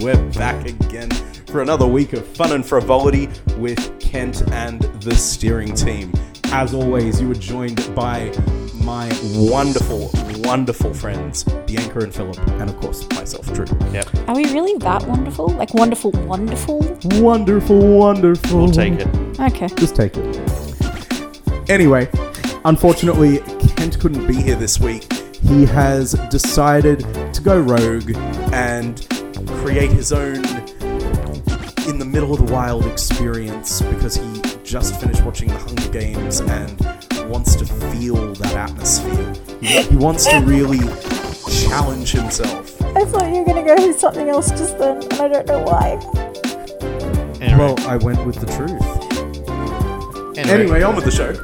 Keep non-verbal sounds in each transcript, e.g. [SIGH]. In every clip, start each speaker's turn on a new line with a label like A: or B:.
A: We're back again for another week of fun and frivolity with Kent and the steering team. As always, you are joined by my wonderful, wonderful friends, Bianca and Philip, and of course, myself, Drew.
B: Yep,
C: Are we really that wonderful? Like wonderful, wonderful?
A: Wonderful, wonderful.
B: we'll take it.
C: Okay.
A: Just take it. Anyway, unfortunately, Kent couldn't be here this week. He has decided to go rogue and create his own in the middle of the wild experience because he just finished watching the Hunger Games and wants to feel that atmosphere. He he wants to really challenge himself.
C: I thought you were gonna go with something else just then, and I don't know why.
B: Anyway,
A: Well, I went with the truth.
B: anyway.
A: Anyway, on with the show.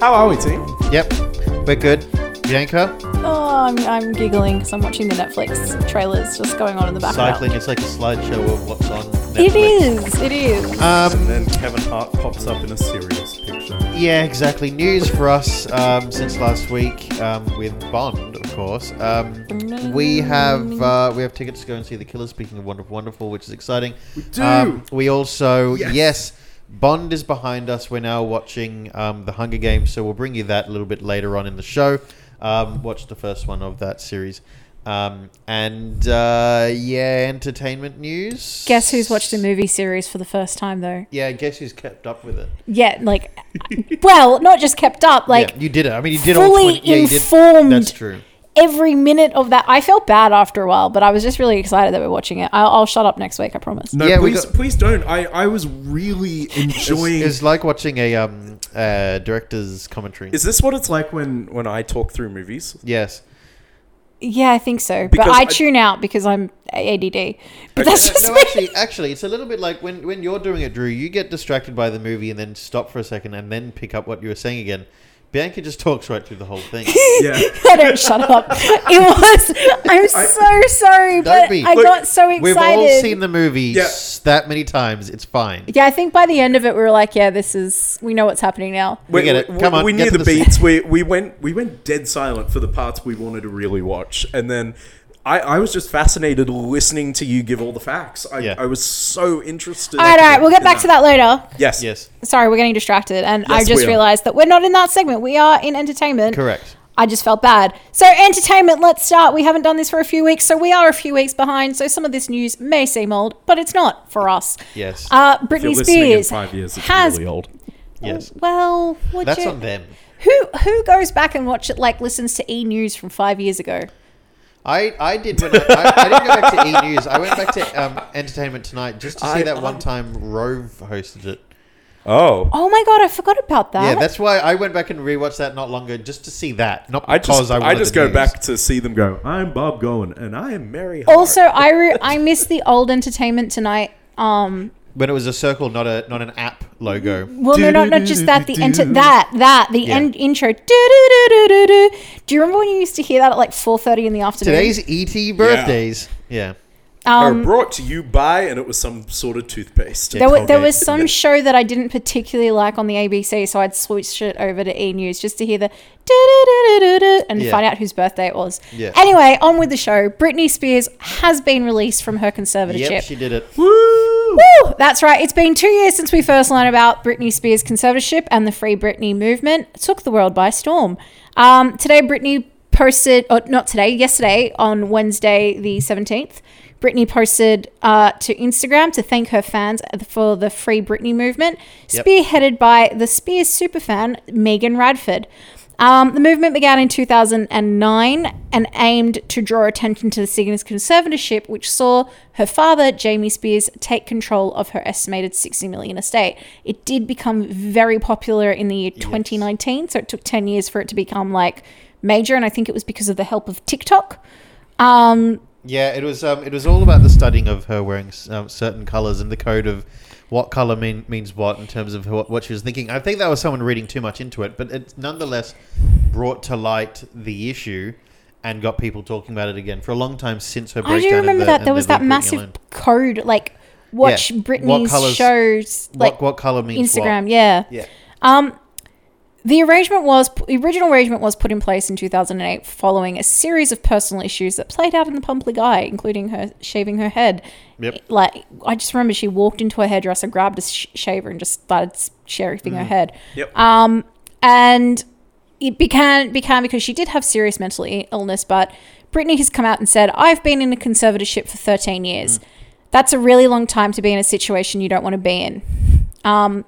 A: How are we, team?
B: Yep, we're good. Bianca,
C: Oh, I'm, I'm giggling because I'm watching the Netflix trailers just going on in the background.
B: cycling, it's like a slideshow of what's on.
C: It
B: Netflix.
C: is. It is.
B: Um,
A: And then Kevin Hart pops up in a serious picture.
B: yeah, exactly. News for us um, since last week um, with Bond, of course. Um, we have uh, we have tickets to go and see The Killers. Speaking of Wonderful, Wonderful, which is exciting. We
A: do!
B: we also
A: Yes.
B: yes. Bond is behind us. We're now watching um, The Hunger Games, so we'll bring you that a little bit later on in the show. Um, watch the first one of that series. Um, and uh, yeah, entertainment news.
C: Guess who's watched a movie series for the first time though?
B: Yeah, guess who's kept up with it?
C: Yeah, like, [LAUGHS] well, not just kept up, like
B: yeah, you did it. I mean, you did all 20
C: fully
B: yeah, you did-
C: informed.
B: That's true.
C: every minute of that. I felt bad after a while, but I was just really excited that we're watching it. I'll, I'll shut up next week, I promise.
A: No,
B: Yeah, we
A: please,
B: got-
A: please don't. I, I was
B: [LAUGHS]
A: really enjoying.
B: It's,
A: Is,
B: it's like watching a um, uh, director's commentary.
A: this what it's like when when I talk through
B: [LAUGHS]
A: movies?
B: yes.
C: Yeah, I think so.
A: Because
C: but I,
A: I-
C: tune out because I'm ADD. But that's
B: No,
C: just
B: no,
C: me.
B: actually, actually, it's a little bit like when, when you're doing it, Drew. You get distracted by the movie and then stop for a second and then pick up what you were saying again. Bianca just talks right through the whole
C: [LAUGHS]
B: thing.
A: Yeah.
C: I don't
B: [LAUGHS]
C: shut up. It was. I'm so sorry, but
B: be.
C: I
B: Look,
C: got so excited.
B: We've all seen the movie
A: Yeah.
B: s- that many times. It's fine.
C: yeah, I think by the end of it, we were like, "Yeah, this is. We know what's happening now."
B: We get it. Come on,
A: we
B: get
A: knew
B: to
A: the,
B: the scene.
A: beats. We we went we went dead silent for the parts we wanted to really watch, and then. I, I was just fascinated listening to you give all the facts. I,
B: Yeah.
A: I was so interested.
C: All right, all right. We'll get back to that later.
A: Yes.
B: Yes,
C: Sorry, we're getting distracted, and I
A: Yes, we
C: just
A: are.
C: realized that we're not in that segment. We are in entertainment.
B: correct.
C: I just felt bad. So, entertainment, let's start. We haven't done this for a few weeks, so we are a few weeks behind. So, some of this news may seem old, but it's not for us.
B: Yes,
C: Uh,
A: If you're
C: Britney
A: listening in
C: Spears
A: five years, it's
C: has.
A: really old.
B: yes.
C: Well, would
B: That's
C: you-
B: on them.
C: Who who goes back and watch it like listens to E News from five years ago?
B: I, I did when I, I, I didn't go back to E News. I went back to um, Entertainment Tonight just to see
A: I-
B: that one
A: I-
B: time Rove hosted it.
A: Oh.
C: Oh my god, I forgot about that.
B: Yeah, that's why I went back and rewatched that not long ago just to see that, not
A: I
B: because
A: just,
B: I
A: I,
B: wanted
A: just
B: the
A: go
B: news.
A: back to see them go, I'm Bob Goen, and I am Mary Hart."
C: also I re- I miss the old entertainment tonight. Um,
B: when it was a circle, not a not an app logo.
C: well, no, not not just that. The enter
B: Do-do-do-do-do.
C: that that the end intro. Do-do-do-do-do-do. Do you remember when you used to hear that at like four thirty in the afternoon? Um,
B: Today's ET birthdays. Yeah,
A: Are brought to you by, and it was some sort of toothpaste.
C: There, wa- there
B: Colgate.
C: was some show that I didn't particularly like on the ABC, so I'd switch it over to E News just to hear the do-do-do-do-do-do and
B: Yeah.
C: find out whose birthday it was.
B: Yeah.
C: Anyway, on with the show. Britney Spears has been released from her conservatorship.
B: yep, she did it.
A: Woo!
C: Woo! That's right. It's been two years since we first learned about Britney Spears' conservatorship and the Free Britney movement took the world by storm. Um, today, Britney posted, or not today, yesterday on Wednesday the 17th, Britney posted uh, to Instagram to thank her fans for the Free Britney movement,
B: Yep.
C: spearheaded by the Spears superfan Megan Radford. Um, the movement began in 2009 and aimed to draw attention to the Sydney's conservatorship, which saw her father, Jamie Spears, take control of her estimated 60 million estate. It did become very popular in the year 2019, so it took 10 years for it to become like major, and I think it was because of the help of TikTok. Um,
B: Yeah, it was um, it was all about the studying of her wearing s- um, certain colors and the code of what color mean, means what in terms of what, what she was thinking. I think that was someone reading too much into it, but it nonetheless brought to light the issue and got people talking about it again for a long time since her
C: I
B: breakdown.
C: do
B: of
C: remember
B: the-
C: that
B: and
C: there
B: the
C: was
B: Leave
C: that
B: Britney
C: massive
B: Alone.
C: code, like watch
B: Yeah. What
C: Britney's
B: colours-
C: shows, like
B: what what color means
C: Instagram,
B: What.
C: yeah.
B: Yeah.
C: Um, The arrangement was the original arrangement was put in place in 2008 following a series of personal issues that played out in the public eye, including her shaving her head.
B: Yep.
C: Like I just remember she walked into a hairdresser, grabbed a sh- shaver, and just started s- shaving her head.
D: Yep.
C: Um, and it began began because she did have serious mental i- illness, but Brittany has come out and said, "I've been in a conservatorship for 13 years. That's a really long time to be in a situation you don't want to be in." Um,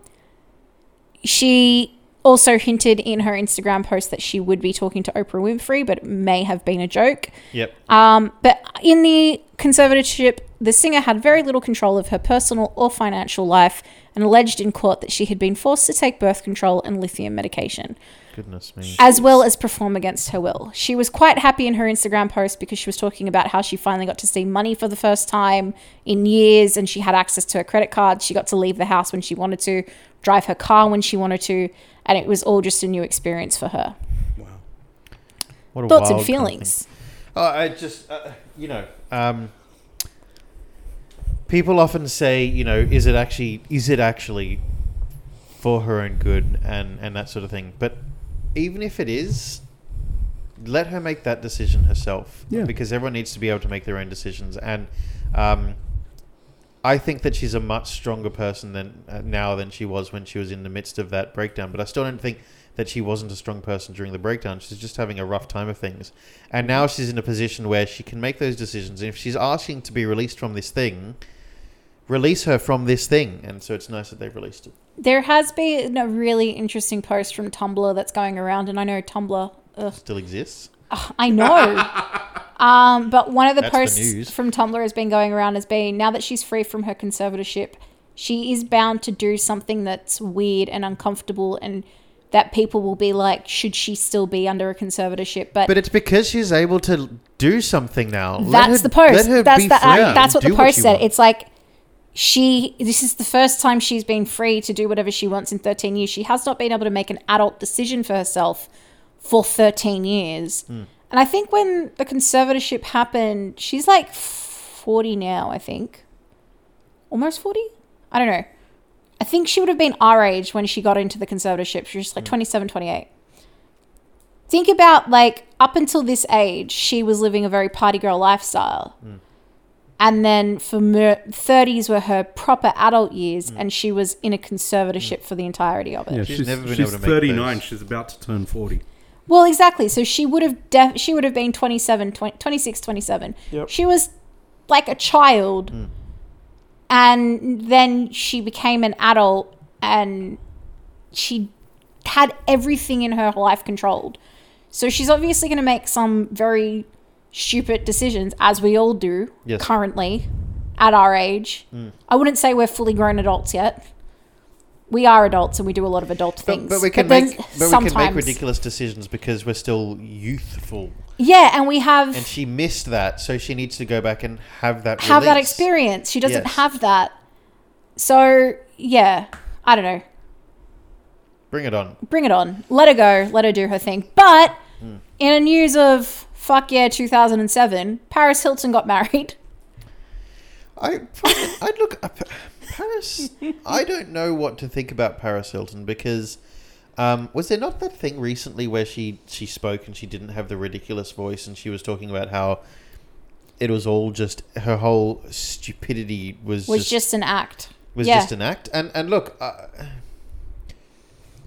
C: she also hinted in her Instagram post that she would be talking to Oprah Winfrey, but it may have been a joke.
B: Yep.
C: Um, but in the conservatorship, the singer had very little control of her personal or financial life and alleged in court that she had been forced to take birth control and lithium medication,
B: Goodness me.
C: as well as perform against her will. She was quite happy in her Instagram post because she was talking about how she finally got to see money for the first time in years and she had access to her credit card. She got to leave the house when she wanted to, drive her car when she wanted to, and it was all just a new experience for her.
D: Wow.
B: What a wild
C: Thoughts
B: kind
C: and
B: of thing.
C: feelings.
B: Oh, I just, uh, you know, um, people often say, you know, is it actually, is it actually for her own good and and that sort of thing. But even if it is, let her make that decision herself.
D: Yeah.
B: Because everyone needs to be able to make their own decisions, and um, I think that she's a much stronger person than uh, now than she was when she was in the midst of that breakdown. But I still don't think that she wasn't a strong person during the breakdown. She's just having a rough time of things, and now she's in a position where she can make those decisions. And if she's asking to be released from this thing. Release her from this thing, and so it's nice that they've released it.
C: There has been a really interesting post from Tumblr that's going around, and I know Tumblr. Ugh, ah,
B: Still exists. [LAUGHS]
C: I know. um, but one of the
B: That's the
C: posts
B: news.
C: from Tumblr has been going around has been now that she's free from her conservatorship, she is bound to do something that's weird and uncomfortable, and that people will be like, should she still be under a conservatorship? But,
B: But it's because she's able to do something now. Let
C: that's
B: her-
C: the
B: let
C: post.
B: her
C: That's
B: be
C: the
B: free
C: I, that's what
B: and
C: the
B: do
C: post
B: she
C: said.
B: wants.
C: It's like she this is the first time she's been free to do whatever she wants in 13 years. She has not been able to make an adult decision for herself for 13 years.
B: Hmm.
C: And I think when the conservatorship happened, she's like 40 now, I think. Almost 40? I don't know. I think she would have been our age when she got into the conservatorship. She
B: Hmm.
C: was just like 27, 28 think about like up until this age, she was living a very party girl lifestyle. And then for mer- 30s were her proper adult years, and she was in a conservatorship for the entirety of it.
D: Yeah,
B: She's
D: she's,
B: never been
D: she's
B: able to make
D: 39.
B: those.
D: She's about to turn 40.
C: Well, exactly. So she would have def- she would have been 27, 20, 26, 27.
D: Yep.
C: She was like a child.
B: Hmm.
C: And then she became an adult and she had everything in her life controlled. So she's obviously going to make some very stupid decisions as we all do
B: Yes. Hmm.
C: currently at our age. I wouldn't say we're fully grown adults yet. We are adults and we do a lot of adult
B: But,
C: things.
B: but we can
C: then
B: make but we can make ridiculous decisions because we're still youthful,
C: yeah, and we have
B: and she missed that, so she needs to go back and have that
C: have that
B: release.
C: experience. She doesn't
B: Yes.
C: have that. So yeah, I don't know.
B: Bring it on.
C: Bring it on. Let her go. Let her do her thing. But
B: Hmm.
C: in a news of fuck yeah, 2007, Paris Hilton got married. [LAUGHS]
B: I I look I- Paris. I don't know what to think about Paris Hilton because um, was there not that thing recently where she she spoke and she didn't have the ridiculous voice and she was talking about how it was all just her whole stupidity was
C: Was
B: just,
C: just, an act.
B: was
C: yeah.
B: just an act and and look I,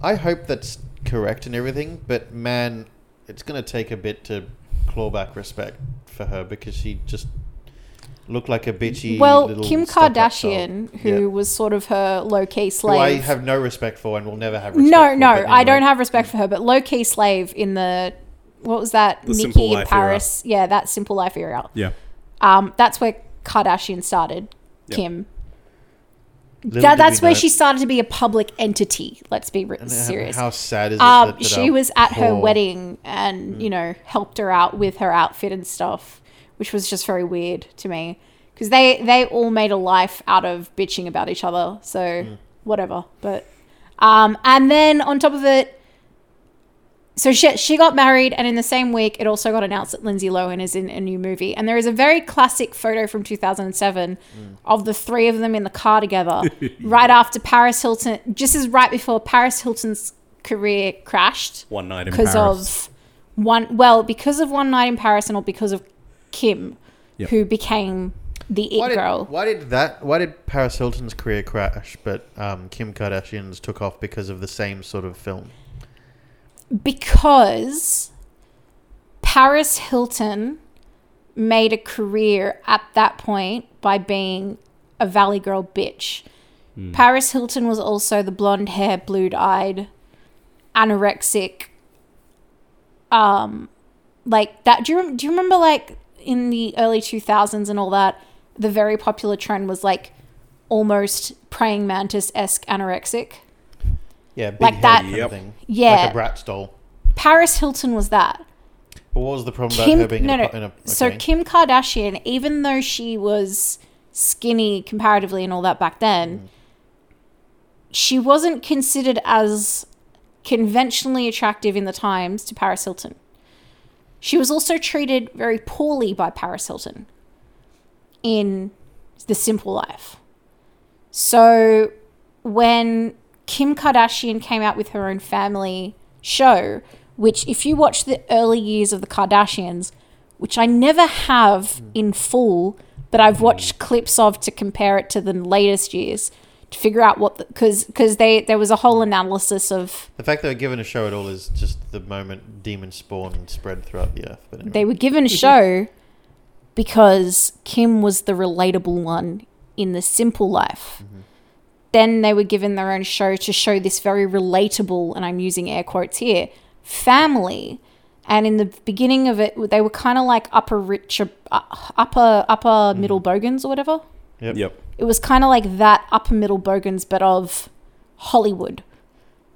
B: I hope that's correct and everything but man it's going to take a bit to claw back respect for her because she just looked like a bitchy
C: well,
B: little
C: Kim
B: stuck-up doll.
C: Kardashian, who
B: Yeah.
C: was sort of her low key
B: Who I
C: slave.
B: have no respect for and will never have respect
C: no,
B: for,
C: no,
B: but
C: I don't
B: anyway.
C: have respect for her, but low key slave in the what was that?
D: The Simple
C: Nikki in
D: Life era.
C: Paris. Yeah, that simple life era.
D: Yeah.
C: Um, that's where Kardashian started,
D: Yeah.
C: Kim.
B: Little
C: That,
B: did we
C: that's where
B: know. [LAUGHS]
C: she started to be a public entity. Let's be re-
B: And how-
C: [LAUGHS] serious.
B: How sad is it? Mm.
C: Um,
B: that- that
C: she
B: our
C: was at her
B: poor-
C: wedding and, you know, helped her out with her outfit and stuff, which was just very weird to me. Because they, they all made a life out of bitching about each other. So,
B: Mm.
C: whatever. But, um, and then on top of it, so she, she got married, and in the same week, it also got announced that Lindsay Lohan is in a new movie. And there is a very classic photo from 2007
A: Mm.
C: of the three
A: [LAUGHS]
C: of them in the car together, right after Paris Hilton, just as right before Paris Hilton's career crashed
A: One night in
C: because
A: Paris.
C: of one well because of one night in Paris and all because of Kim,
A: Yep.
C: who became the it
B: Why did,
C: girl.
B: why did that? Why did Paris Hilton's career crash, but um, Kim Kardashian's took off because of the same sort of film?
C: because Paris Hilton made a career at that point by being a Valley Girl bitch. Paris Hilton was also the blonde hair, blue eyed, anorexic. Um, like that. Do you rem- do you remember like in the early two thousands and all that? The very popular trend was like almost praying mantis esque anorexic.
B: Yeah, big
C: Like
B: head
C: that-
B: kind of
A: Yep.
B: thing.
C: Yeah.
B: like a brat's doll.
C: Paris Hilton was that.
B: But what was the problem
C: Kim,
B: about her being
C: no,
B: in, a,
C: no.
B: pu- in a?
C: So
B: okay.
C: Kim Kardashian, even though she was skinny comparatively and all that back then,
B: Mm.
C: she wasn't considered as conventionally attractive in the times to Paris Hilton. She was also treated very poorly by Paris Hilton in The Simple Life. So when Kim Kardashian came out with her own family show, which, if you watch the early years of the Kardashians, which I never have in full, but I've watched clips of to compare it to the latest years to figure out what because because they there was a whole analysis of
B: the fact they were given a show at all is just the moment demon spawn spread throughout the earth. But anyway.
C: they were given a show because Kim was the relatable one in the simple life. Then they were given their own show to show this very relatable, and I'm using air quotes here, family. And in the beginning of it, they were kind of like upper richer, uh, upper upper middle bogans or whatever.
B: Yep.
A: Yep.
C: It was kind of like that upper middle bogans, but of Hollywood.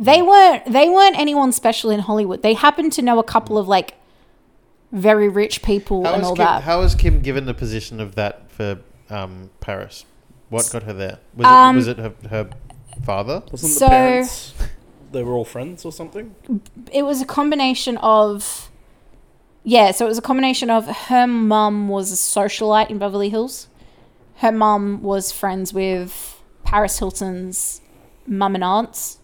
C: They weren't they weren't anyone special in Hollywood. They happened to know a couple of like very rich people
B: How
C: and
B: was
C: all
B: Kim,
C: that.
B: How was Kim given the position of that for um, Paris? What got her there? Was
C: Um,
B: it was it her, her father?
A: Wasn't
C: So-
A: the parents? They were all friends or something.
C: it was a combination of yeah, so it was a combination of her mum was a socialite in Beverly Hills. Her mum was friends with Paris Hilton's mum and aunts.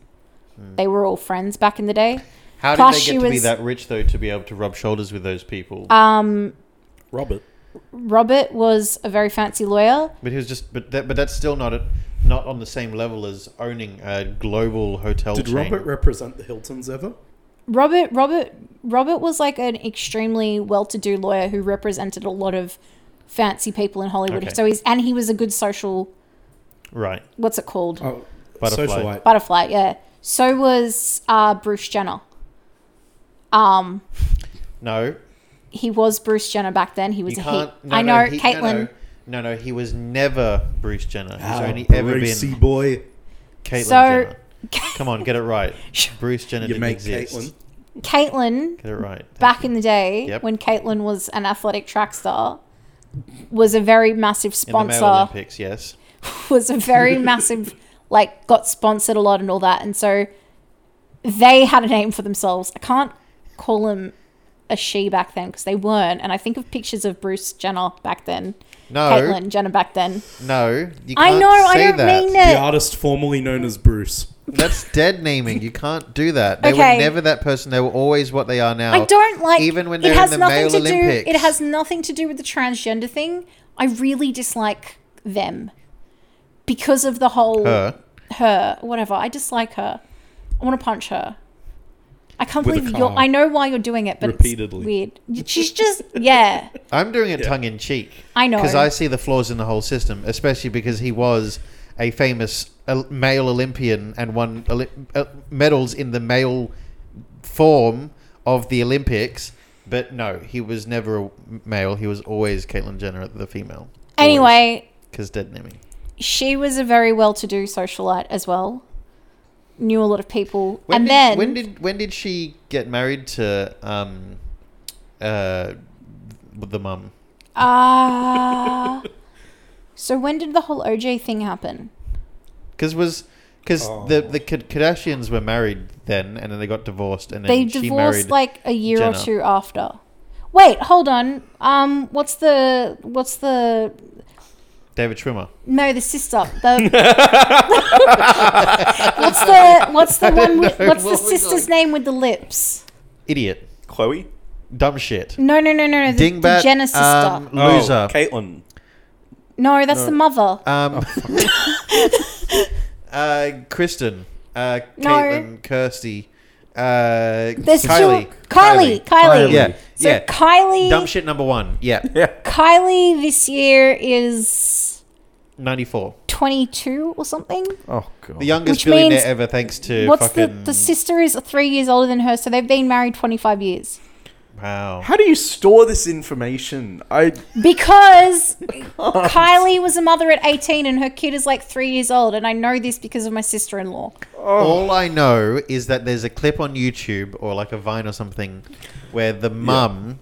B: Hmm.
C: They were all friends back in the day.
B: How did
C: Plus
B: they
C: she
B: get to be
C: was-
B: that rich though to be able to rub shoulders with those people?
C: Um,
A: Robert.
C: Robert was a very fancy lawyer.
B: but he was just but that, but that's still not a, not on the same level as owning a global hotel
A: Did
B: chain.
A: Robert
D: Represent the Hiltons ever?
C: Robert Robert Robert was like an extremely well-to-do lawyer who represented a lot of fancy people in Hollywood.
B: Okay.
C: So he's and he was a good social
B: right.
C: what's it called?
D: Oh,
B: Butterfly.
D: socialite.
C: Butterfly, yeah. So was uh, Bruce Jenner. Um
B: No,
C: he was Bruce Jenner back then. He was
B: you
C: a
B: can't.
C: he.
B: No,
C: I
B: no,
C: know,
B: he- no,
C: Caitlyn.
B: No, no, no, he was never Bruce Jenner. He's
A: Ah,
B: only ever
D: Brucey
B: been
D: boy.
B: Caitlyn
C: So-
B: Jenner. Come on, get it right. Bruce Jenner
D: You
B: didn't
D: make
B: exist.
D: Caitlin.
C: [LAUGHS] Caitlyn
B: Get it right. Thank
C: [LAUGHS] back
B: you.
C: in the day
B: Yep.
C: when Caitlyn was an athletic track star was a very massive
B: in the
C: sponsor.
B: male Olympics, yes.
C: [LAUGHS] was a very massive, like, got sponsored a lot and all that. And so they had a name for themselves. I can't call him a she back then because they weren't. And I think of pictures of Bruce Jenner back then,
B: No,
C: Caitlyn Jenner back then.
B: no, you can't
C: I know, I
B: say
C: don't
B: that.
C: mean
D: The
C: it.
D: artist formerly known as Bruce.
B: That's dead naming. You can't do that. They
C: Okay.
B: were never that person. They were always what they are now.
C: I don't like
B: Oh, even when
C: it
B: they're
C: has
B: in the
C: nothing
B: male
C: to
B: Olympics.
C: do. It has nothing to do with the transgender thing. I really dislike them because of the whole
B: her.
C: her, whatever. I dislike her. I want to punch her. I can't
A: With a
C: believe you're.
A: car.
C: I know why you're doing it, but
A: Repeatedly.
C: it's weird.
B: [LAUGHS]
C: She's just yeah.
B: I'm doing it tongue in cheek.
C: I know.
B: because I see the flaws in the whole system, especially because he was a famous uh, male Olympian and won Oli- uh, medals in the male form of the Olympics. But no, he was never a male. He was always Caitlyn Jenner, the female.
C: anyway,
B: Because dead naming.
C: she was a very well-to-do socialite as well. Knew a lot of people,
B: When
C: and
B: did,
C: then
B: when did when did she get married to um, uh, the mum?
C: ah. [LAUGHS] so when did the whole OJ thing happen?
B: Because was because the
C: Oh.
B: the Kad- Kardashians were married then, and then they got divorced, and then
C: They
B: she
C: divorced
B: married.
C: like a year or
B: Jenner.
C: two after. Wait, hold on. Um, what's the what's the
B: David Schwimmer.
C: No, the sister.
B: [LAUGHS]
C: The what's the what's the one? With, what's the
B: What was
C: sister's name with the lips?
B: Idiot.
A: Chloe?
B: Dumb shit.
C: No, no, no, no. no, The,
B: Dingbat.
C: the Jenna sister.
B: um, loser.
A: [LAUGHS] Oh, Caitlin.
C: no, that's the mother.
B: Um, [LAUGHS] uh, Kristen, uh,
C: No.
B: Caitlin, Kirsty, uh,
C: There's
B: Kylie.
C: two. Kylie, Kylie.
D: Kylie.
B: Yeah,
C: So
B: yeah.
C: Kylie.
B: Dumb shit number one. Yeah,
C: Kylie this year is
B: ninety-four.
C: 22 or something.
D: Oh god.
B: The youngest
C: Which
B: billionaire
C: means-
B: ever, thanks to
C: What's the
B: fucking
C: the sister is three years older than her, so they've been married 25 years.
B: wow.
D: How do you store this information? I
C: Because
B: [LAUGHS]
C: Kylie was a mother at 18 and her kid is like three years old, and I know this because of my sister in law.
B: All I know is that there's a clip on YouTube or like a Vine or something where the mum,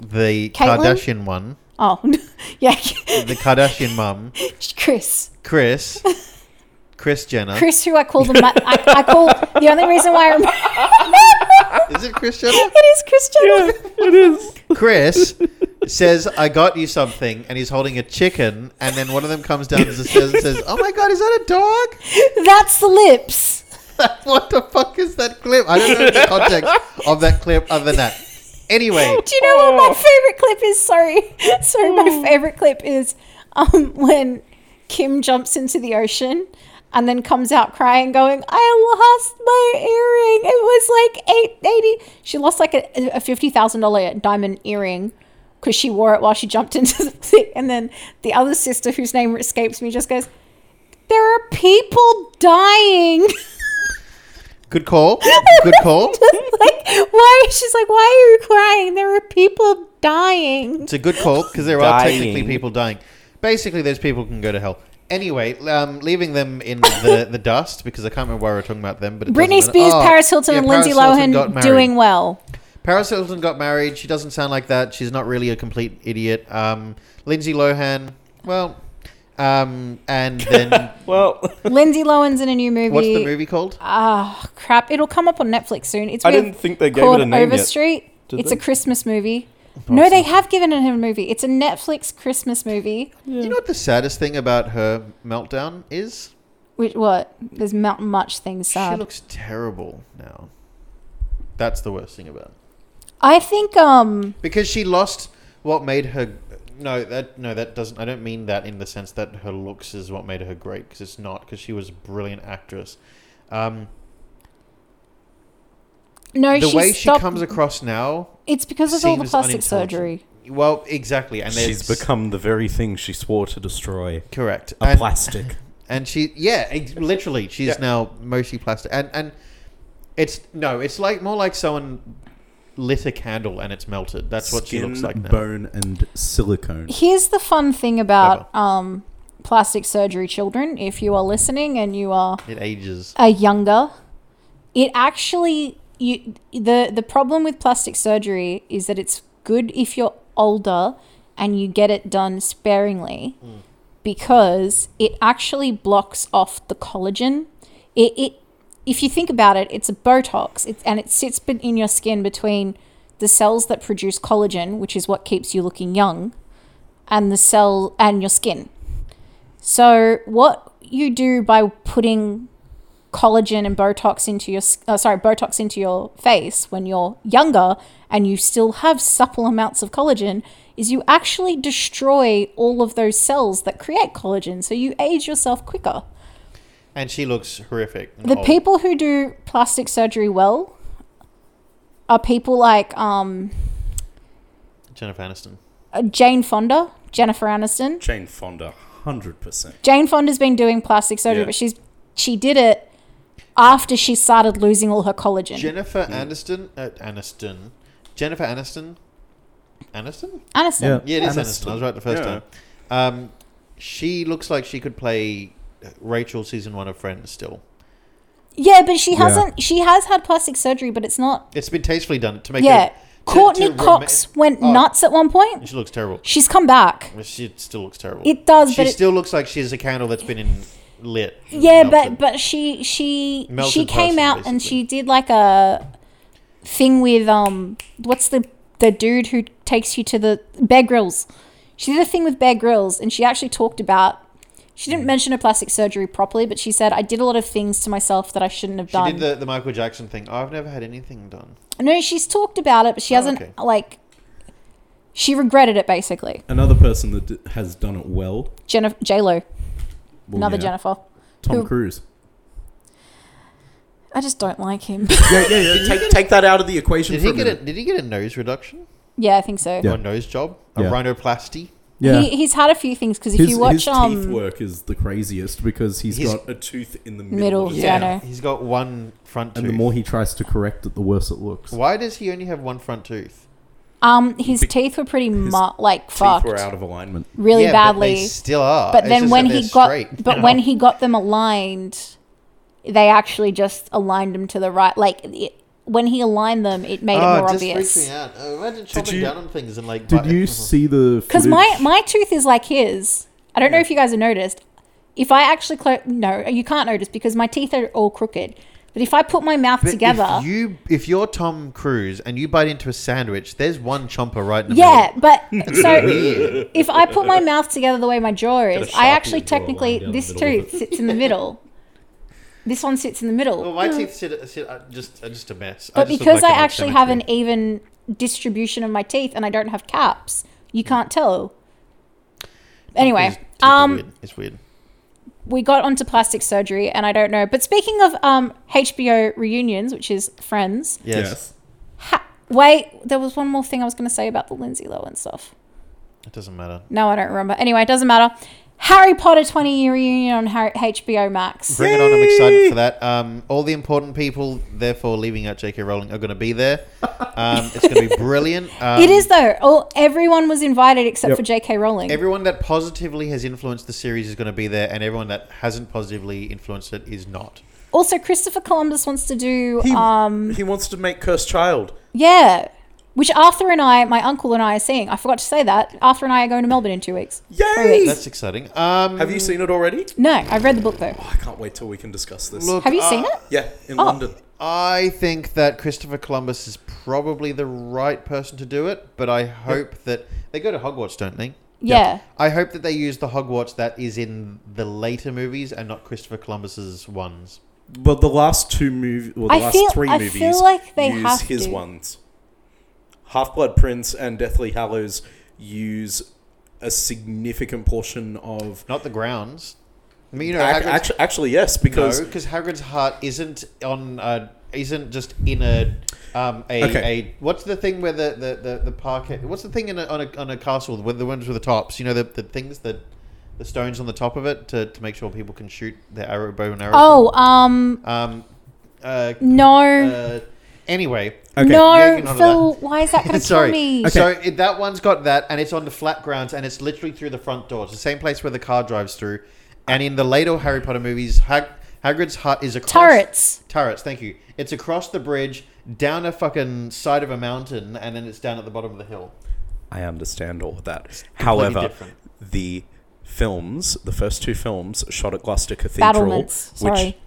B: the
C: Caitlyn?
B: Kardashian one,
C: Oh, [LAUGHS] yeah.
B: the Kardashian mum,
C: [LAUGHS] Chris.
B: Chris, Chris Jenner.
C: Chris, who I call the. Ma- I, I
B: [LAUGHS]
C: call. The only reason why I remember.
B: Is it Chris Jenner?
C: [LAUGHS] it is Chris Jenner.
B: Chris says, I got you something, and he's holding a chicken, and then one of them comes down the stairs and says, Oh my god, is that a dog? [LAUGHS]
C: That's the lips.
B: what the fuck is that clip? I don't know the context of that clip other than that. Anyway,
C: Do you know what my favorite clip is? Sorry, [LAUGHS] sorry. My favorite clip is um, when Kim jumps into the ocean and then comes out crying, going, "I lost my earring. It was like eight eighty. She lost like a, a fifty thousand dollar diamond earring." Because she wore it while she jumped [LAUGHS] into the thing. And then the other sister, whose name escapes me, just goes, There are people dying. [LAUGHS]
B: good call. Good call.
C: like, why? She's like, Why are you crying? There are people dying.
B: It's a good call because there are technically
A: Dying.
B: people dying. Basically, those people can go to hell. Anyway, um, leaving them in the, the dust because I can't remember why we're talking about them. But it
C: Britney
B: doesn't matter.
C: Spears,
B: Oh,
C: Paris Hilton,
B: yeah,
C: and Lindsay
B: Paris Hilton got
C: Lohan
B: married. [LAUGHS]
C: doing well.
B: Paris Hilton got married. She doesn't sound like that. She's not really a complete idiot. Um, Lindsay Lohan, well, um,
C: [LAUGHS]
B: and then
A: Well,
C: Lindsay Lohan's in a new movie.
B: what's the movie called?
C: Oh crap! It'll come up on Netflix soon. It's
A: I
C: with-
A: didn't think they gave
C: called
A: it a name yet.
C: Overstreet.
A: Did
C: It's
A: they?
C: a Christmas movie. No, they have given it a movie. It's a Netflix Christmas movie.
B: Do you know what the saddest thing about her meltdown is?
C: Which what? There's not much things
B: She
C: sad.
B: looks terrible now. That's the worst thing about. It.
C: I think um
B: because she lost what made her no that no that doesn't i don't mean that in the sense that her looks is what made her great because it's not because she was a brilliant actress um,
C: no.
B: the
C: she
B: way
C: stopped-
B: she comes across now
C: It's because of all the
B: seems
C: plastic
B: unintelligent.
C: surgery.
B: well exactly and
E: She's
B: there's-
E: become the very thing she swore to destroy.
B: correct
E: A [LAUGHS]
B: and,
E: plastic.
B: and she yeah ex- literally she's
A: Yeah.
B: now mostly plastic and and it's no it's like more like someone lit a candle and it's melted that's what she looks like now
E: Bone and silicone.
C: Here's the fun thing about um plastic surgery children. If you are listening and you are
B: it ages
C: are younger, it actually you the the problem with plastic surgery is that it's good if you're older and you get it done sparingly because it actually blocks off the collagen. It, it if you think about it, it's a Botox. It's and it sits be- in your skin between the cells that produce collagen, which is what keeps you looking young, and the cell and your skin. So what you do by putting collagen and Botox into your s- uh, sorry Botox into your face when you're younger and you still have supple amounts of collagen is you actually destroy all of those cells that create collagen so you age yourself quicker.
B: and she looks horrific and
C: The
B: old.
C: people who do plastic surgery well are people like um,
B: jennifer aniston
C: uh, Jane Fonda, Jennifer Aniston.
E: Jane Fonda, 100%.
C: Jane Fonda's been doing plastic surgery
A: Yeah.
C: but she's she did it after she started losing all her collagen.
B: Jennifer Aniston, uh, Aniston, Jennifer Aniston, Aniston.
C: Aniston.
B: Yeah, it is
D: Aniston.
B: Aniston. I was right the first
A: Yeah.
B: time. Um, she looks like she could play Rachel season one of Friends. Still,
C: Yeah, but she
E: Yeah.
C: hasn't. She has had plastic surgery, but it's not.
B: it's been tastefully done to make.
C: yeah,
B: It, to-
C: Courtney
B: to rema-
C: Cox went
B: Oh.
C: nuts at one point.
B: She looks terrible.
C: She's come back.
B: She still looks terrible.
C: It does,
B: She
C: but it-
B: still looks like she's a candle that's been in lit.
C: Yeah,
B: melted.
C: but but she she
B: Melted
C: she came
B: person,
C: out and
B: basically.
C: she did like a thing with um what's the the dude who takes you to the Bear Grylls. She did a thing with Bear Grylls, and she actually talked about. She
B: Hmm.
C: didn't mention her plastic surgery properly, but she said I did a lot of things to myself that I shouldn't have
B: She
C: done.
B: did the, the Michael Jackson thing. Oh, I've never had anything done.
C: no, she's talked about it, but she
B: Oh,
C: hasn't
B: okay.
C: like. She regretted it basically.
E: Another person that d- has done it well.
C: Jennifer J Lo,
E: well,
C: another
E: yeah,
C: Jennifer.
E: Tom
C: who-
E: Cruise.
C: I just don't like him.
D: Yeah, yeah, yeah. Take, take that out of the equation
B: Did
D: for
B: he
D: a
B: get a,
D: minute.
B: Did he get a nose reduction?
C: [LAUGHS] yeah, I think so.
E: Yeah.
B: Or a nose job? A
E: Yeah.
B: rhinoplasty?
E: Yeah.
C: He, he's had a few things because if
E: his
C: you
E: his
C: watch
E: teeth
C: um
E: work is the craziest because
B: He's-
E: he's got a tooth in the
C: Middle,
E: middle. of his
C: yeah.
E: mouth.
C: I know.
B: He's got one front tooth.
E: And the more he tries to correct it, the worse it looks.
B: Why does he only have one front tooth?
C: um his
E: Be-
C: teeth were pretty
E: his
C: mu- like
E: Teeth
C: fucked
E: were out of alignment.
C: really
B: Yeah, but
C: badly.
B: they still are.
C: but
B: It's
C: then
B: just
C: when
B: that
C: he
B: they're
C: got
B: straight
C: but
B: now.
C: when he got them aligned they actually just aligned them to the right like it, when he aligned them it made
B: oh,
C: it more
B: just freaks me
C: obvious
B: out. Oh, imagine chopping
E: you-
B: down on things and like.
E: Did
B: bite-
E: you see the?
C: because my
E: footage?
C: my tooth is like his i don't know if you guys have noticed if i actually close no you can't notice because my teeth are all crooked but if i put my mouth
B: But
C: together
B: If you if you're Tom Cruise and you bite into a sandwich, there's one chomper right in the
C: yeah but
B: middle.
C: so
B: Yeah.
C: if i put my mouth together the way my jaw is i
E: sharpie
C: actually
E: and draw a line
C: technically
E: down the
C: this
E: middle of
C: tooth sits in the middle this one sits in the middle
B: Well, my teeth sit, sit uh, just uh, just a mess.
C: But
B: just look
C: because
B: like
C: I
B: I'm in
C: actually have an
B: cemetery.
C: even distribution of my teeth and I don't have caps, you can't tell. Anyway,
B: These teeth are
C: um,
B: weird. it's weird.
C: we got onto plastic surgery and I don't know. But speaking of um, HBO reunions, which is Friends,
B: Yes.
C: ha- wait, there was one more thing I was going to say about the Lindsay Lohan stuff.
B: it doesn't matter.
C: No, I don't remember. Anyway, it doesn't matter. Harry Potter 20 year reunion on Har- HBO Max.
B: Bring it on! I'm excited for that. Um, all the important people, therefore leaving out J.K. Rowling, are going to be there. Um, it's
C: [LAUGHS]
B: going to be brilliant. Um,
C: it is though. All everyone was invited except
E: Yep.
C: for J.K. Rowling.
B: Everyone that positively has influenced the series is going to be there, and everyone that hasn't positively influenced it is not.
C: also, Christopher Columbus wants to do
A: He-
C: um,
A: He wants to make Cursed Child.
C: Yeah. Which Arthur and I, my uncle and I, are seeing. I forgot to say that. Arthur and I are going to Melbourne in two weeks. Three
A: Yay!
C: weeks.
B: That's exciting. Um,
A: Have you seen it already?
C: No, I've read the book though.
A: Oh, I can't wait till we can discuss this.
B: Look,
C: Have you
B: uh,
C: seen it?
A: Yeah, in
C: Oh.
A: London.
B: I think that Christopher Columbus is probably the right person to do it, but I hope that they go to Hogwarts, don't they?
C: Yeah.
B: I hope that they use the Hogwarts that is in the later movies and not Christopher Columbus's ones.
E: Well, the last two movies, well, the
C: I
E: last
C: feel-
E: three
C: I feel
E: movies,
C: like they
A: use
C: have
A: his
C: to.
A: ones. Half Blood Prince and Deathly Hallows use a significant portion of.
B: Not the grounds. I mean, you know,
A: Ac-
B: Hagrid's,
A: actu- actually, yes, because
B: no, because Hagrid's heart isn't on, uh, isn't just in a, um, a,
A: Okay.
B: a what's the thing where the the the, the parquet? What's the thing in a, on a on a castle with the ones with the tops? You know, the the things that. The stones on the top of it to, to make sure people can shoot their arrow, bow and arrow.
C: Oh, um,
B: Um, uh,
C: no.
B: uh, anyway,
E: Okay.
B: Yeah,
C: No,
B: you can handle
C: Phil, why
B: [LAUGHS]
C: is that [LAUGHS] going to kill
B: sorry.
C: me?
B: So it, that one's got that, and it's on the flat grounds, and it's literally through the front door. It's the same place where the car drives through. And in the later Harry Potter movies, Hag- Hagrid's hut is across
C: Turrets.
B: Turrets, thank you. It's across the bridge, down a fucking side of a mountain, and then it's down at the bottom of the hill.
E: I understand all of that.
B: completely
E: However,
B: different.
E: the films, the first two films, shot at Gloucester Cathedral,
C: Battlements. Sorry.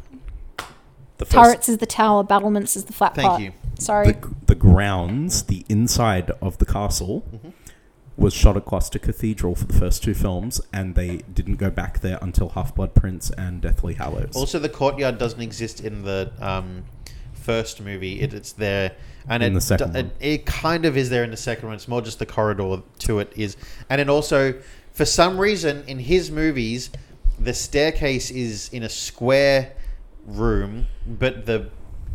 E: the first,
C: Turrets is the tower, battlements is the flat
B: Thank
C: part.
B: you.
C: Sorry.
E: the, the grounds, the inside of the castle,
B: Mm-hmm.
E: was shot at Gloucester Cathedral for the first two films, and they didn't go back there until Half Blood Prince and Deathly Hallows.
B: Also, the courtyard doesn't exist in the um, first movie. It, it's there, and
E: In
B: it,
E: the second
B: do- it,
E: one.
B: it kind of is there in the second one. It's more just the corridor to it is, and then also for some reason in his movies, the staircase is in a square room, but the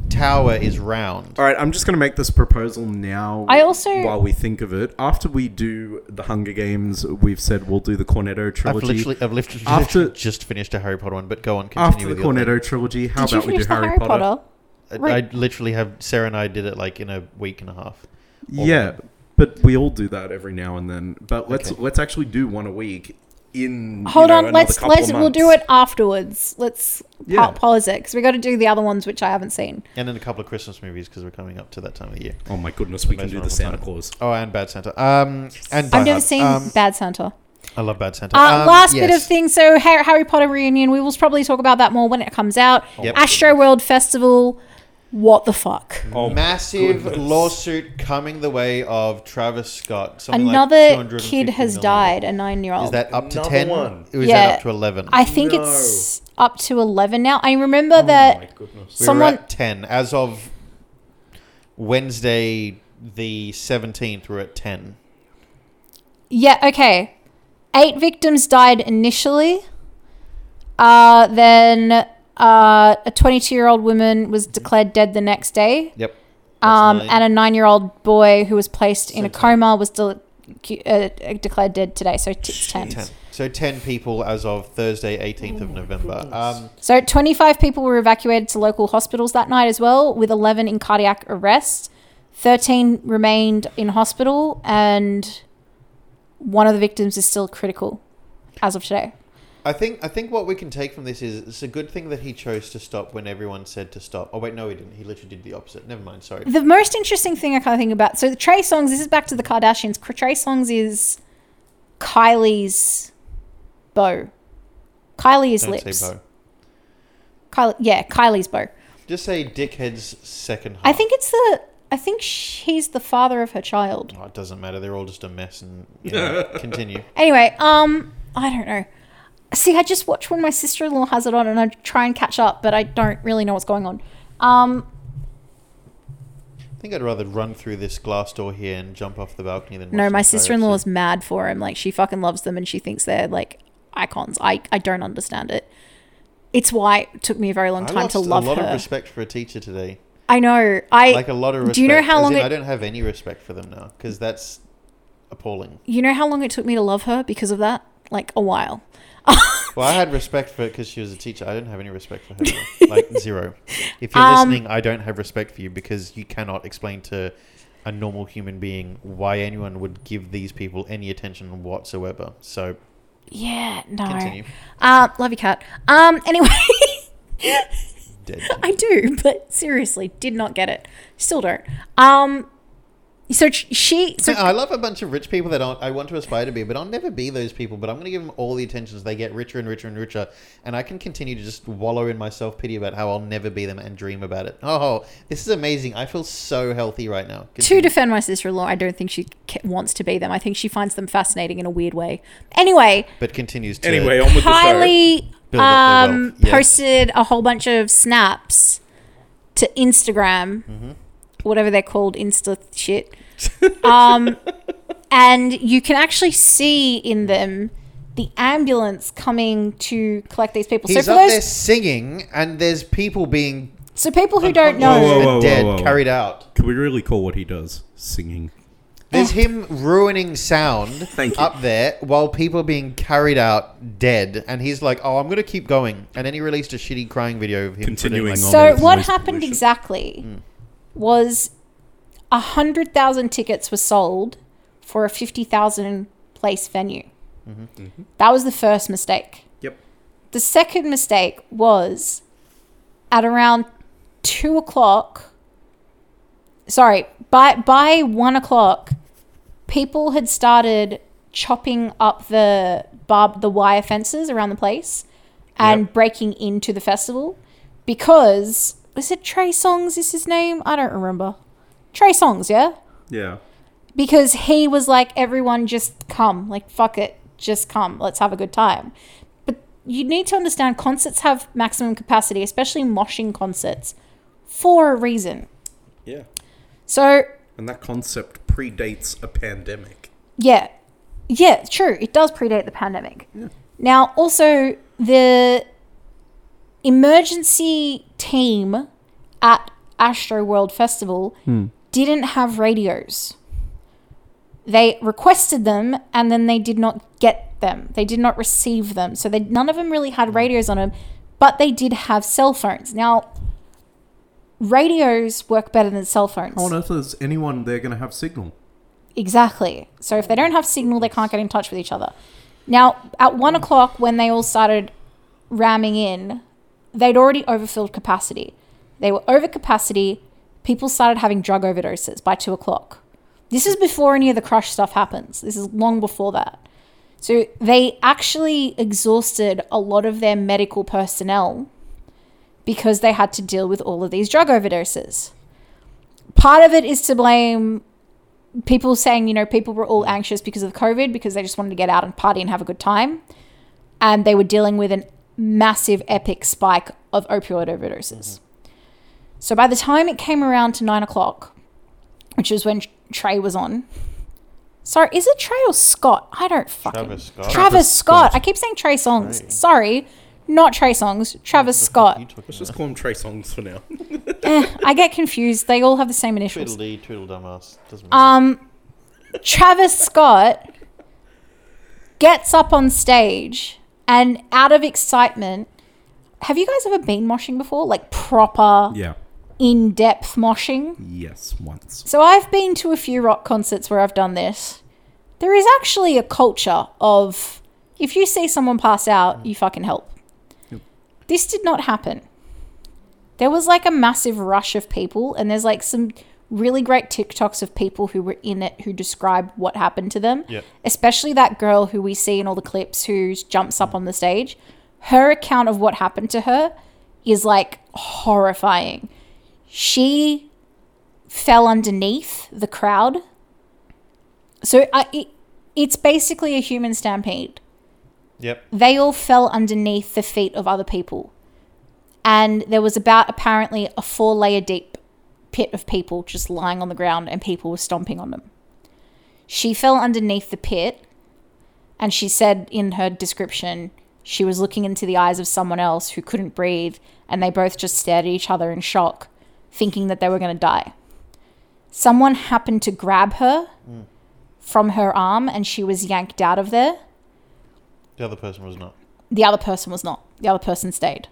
B: tower is round.
E: All right, I'm just going to make this proposal now.
C: I also-
E: while we think of it, after we do the Hunger Games, we've said we'll do the Cornetto
B: I've
E: trilogy.
B: literally, I've literally
E: After-
B: literally [LAUGHS] just finished a Harry Potter one, but go on. Continue
E: after the
B: with your thing.
E: Cornetto trilogy, how
C: Did you
E: about we do
C: finish the
E: Harry,
C: Harry
E: Potter?
C: Potter?
B: I,
C: Right.
B: I literally have Sarah and I did it like in a week and a half.
E: Yeah, but we all do that every now and then. But let's
B: Okay.
E: let's actually do one a week. In you
C: Hold
E: know,
C: on,
E: another
C: let's
E: couple
C: let's
E: of
C: we'll do
E: months.
C: it afterwards. Let's
E: Yeah.
C: pa- pause it because we got to do the other ones which I haven't seen.
B: And then a couple of Christmas movies because we're coming up to that time of the year.
E: Oh my goodness, we can
B: Most
E: do the
B: memorable
E: Santa
B: time.
E: Claus.
B: Oh, and Bad Santa. Um, and Die
C: I've never
B: Hard.
C: seen
B: Um,
C: Bad Santa.
B: I love Bad Santa.
C: Uh,
B: Um,
C: last bit
B: yes.
C: of thing. So Harry, Harry Potter reunion. We will probably talk about that more when it comes out.
B: Yep.
C: Astro World Festival. what the fuck?
A: Oh,
B: Massive
A: goodness.
B: lawsuit coming the way of Travis Scott. Something
C: Another
B: like
C: kid
B: 250
C: has
B: million.
C: died, a nine year
B: Is
C: old.
B: that up to
A: Another
B: 10?
A: one.
B: Or is
C: Yeah.
B: that up to 11?
C: I think
A: No.
C: it's up to 11 now. I remember
A: Oh my
C: that
A: goodness.
B: we
C: someone.
B: were at 10. As of Wednesday the 17th, we're at 10.
C: Yeah, okay. Eight victims died initially. Uh, then uh, a 22 year old woman was declared dead the next day.
B: Yep. That's
C: Um,
B: nine.
C: and a nine year old boy who was placed in
B: So
C: a coma was del- cu- uh, declared dead today. So t- it's 10.
B: 10. So 10 people as of Thursday, 18th
A: Oh
B: of November. Um,
C: So 25 people were evacuated to local hospitals that night as well, with 11 in cardiac arrest. 13 remained in hospital, and one of the victims is still critical as of today.
B: I think I think what we can take from this is it's a good thing that he chose to stop when everyone said to stop. Oh wait, no, he didn't. He literally did the opposite. Never mind. Sorry.
C: The most interesting thing I kind of think about so the Trey Songs, this is back to the Kardashians. Trey Songs is Kylie's beau. Kylie is
B: Don't
C: lips.
B: say Bo.
C: Kylie, yeah, Kylie's beau.
B: Just say dickhead's second half.
C: I think it's the. I think she's the father of her child.
B: Oh, it doesn't matter. They're all just a mess. And you know, continue.
C: Anyway, um, I don't know. See, I just watch when my sister in law has it on, and I try and catch up, but I don't really know what's going on. Um,
B: I think I'd rather run through this glass door here and jump off the balcony than.
C: no,
B: watch
C: my
B: this entire
C: sister in law
B: episode.
C: is mad for him. Like she fucking loves them, and she thinks they're like icons. I I don't understand it. It's why it took me a very long
B: I
C: time
B: lost
C: to love
B: a lot
C: her.
B: of respect for a teacher today.
C: I know. I
B: Like a lot of respect.
C: Do you know how
B: as
C: long
B: in
C: it-
B: I don't have any respect for them now because that's appalling.
C: you know how long it took me to love her because of that. Like a while. [LAUGHS]
B: Well, I had respect for it because she was a teacher. I didn't have any respect for her. like, zero. If you're
C: Um,
B: listening, I don't have respect for you because you cannot explain to a normal human being why anyone would give these people any attention whatsoever. So,
C: Yeah. No.
B: continue.
C: Uh, love you, cat. Um. Anyway. [LAUGHS]
B: Dead.
C: I do, [LAUGHS] but seriously, did not get it. Still don't. Um, so sh- she, so
B: I love a bunch of rich people that aren't, I want to aspire to be, but I'll never be those people. But I'm going to give them all the attention so they get richer and richer and richer. And I can continue to just wallow in my self pity about how I'll never be them and dream about it. Oh, this is amazing. I feel so healthy right now.
C: to
B: Continue.
C: defend my sister-in-law, I don't think she ca- wants to be them. I think she finds them fascinating in a weird way. Anyway,
B: but continues to.
A: Anyway, on with the show.
C: Kylie
B: Build up their
C: um,
B: wealth, yes.
C: posted a whole bunch of snaps to Instagram,
B: Mm-hmm.
C: whatever they're called, Insta shit.
B: [LAUGHS]
C: Um, and you can actually see in them the ambulance coming to collect these people.
B: He's
C: so for
B: up
C: those,
B: there singing, and there's people being
C: so people who don't know.
B: unconscious
E: Whoa, whoa,
B: and
E: whoa,
B: dead
E: whoa, whoa.
B: carried out.
E: Can we really call what he does singing?
B: There's him ruining
E: [LAUGHS]
B: sound
E: Thank you.
B: up there while people are being carried out dead, and he's like, "Oh, I'm gonna keep going." And then he released a shitty crying video of him
E: Continuing
B: pretending
E: on.
B: Like,
C: So
E: with
C: what
E: noise
C: happened
E: pollution.
C: exactly was a hundred thousand tickets were sold for a fifty thousand place venue.
E: Mm-hmm.
C: That was the first mistake.
A: Yep.
C: The second mistake was at around two o'clock. Sorry, by by one o'clock, people had started chopping up the barb the wire fences around the place and breaking into the festival because was it Trey Songs is his name? I don't remember. Trey Songs, yeah?
E: Yeah.
C: Because he was like, everyone just come. Like, fuck it. Just come. Let's have a good time. But you need to understand concerts have maximum capacity, especially moshing concerts, for a reason.
A: Yeah.
C: So
A: And that concept predates a pandemic.
C: Yeah. Yeah, true. It does predate the pandemic. Now, also, the emergency team at Astro World Festival didn't have radios. They requested them and then they did not get them. They did not receive them. So they, none of them really had radios on them, but they did have cell phones. Now, radios work better than cell phones.
E: How on earth is anyone there going to have signal?
C: Exactly. So if they don't have signal, they can't get in touch with each other. Now, at one o'clock, when they all started ramming in, they'd already overfilled capacity. They were over capacity. People started having drug overdoses by two o'clock. This is before any of the crush stuff happens. This is long before that. So they actually exhausted a lot of their medical personnel because they had to deal with all of these drug overdoses. Part of it is to blame people saying, you know, people were all anxious because of COVID because they just wanted to get out and party and have a good time. And they were dealing with a massive, epic spike of opioid overdoses. So by the time it came around to nine o'clock, which was when Trey was on. Sorry, is it Trey or Scott? I don't fucking.
B: Travis Scott.
C: Travis Scott. I keep saying Trey Songs. Sorry, not Trey Songs. Travis
B: You
C: Scott.
B: talking
A: Let's
B: about
A: just call him Trey Songs for [LAUGHS] now.
C: I get confused. They all have the same initials.
B: Twiddledee, Tweedledumbass. Doesn't matter.
C: Um, Travis Scott gets up on stage and out of excitement. Have you guys ever been moshing before? Like proper
E: Yeah.
C: in depth moshing?
E: Yes, once.
C: So I've been to a few rock concerts where I've done this. There is actually a culture of if you see someone pass out, you fucking help. This did not happen. There was like a massive rush of people, and there's like some really great TikToks of people who were in it who describe what happened to them.
B: Yep.
C: Especially that girl who we see in all the clips who jumps up on the stage. Her account of what happened to her is like horrifying. She fell underneath the crowd. So I, it, it's basically a human stampede.
B: Yep.
C: They all fell underneath the feet of other people. And there was about apparently a four layer deep pit of people just lying on the ground and people were stomping on them. She fell underneath the pit and she said in her description she was looking into the eyes of someone else who couldn't breathe and they both just stared at each other in shock, thinking that they were going to die. Someone happened to grab her from her arm and she was yanked out of there
B: The other person was not.
C: the other person was not. The other person stayed.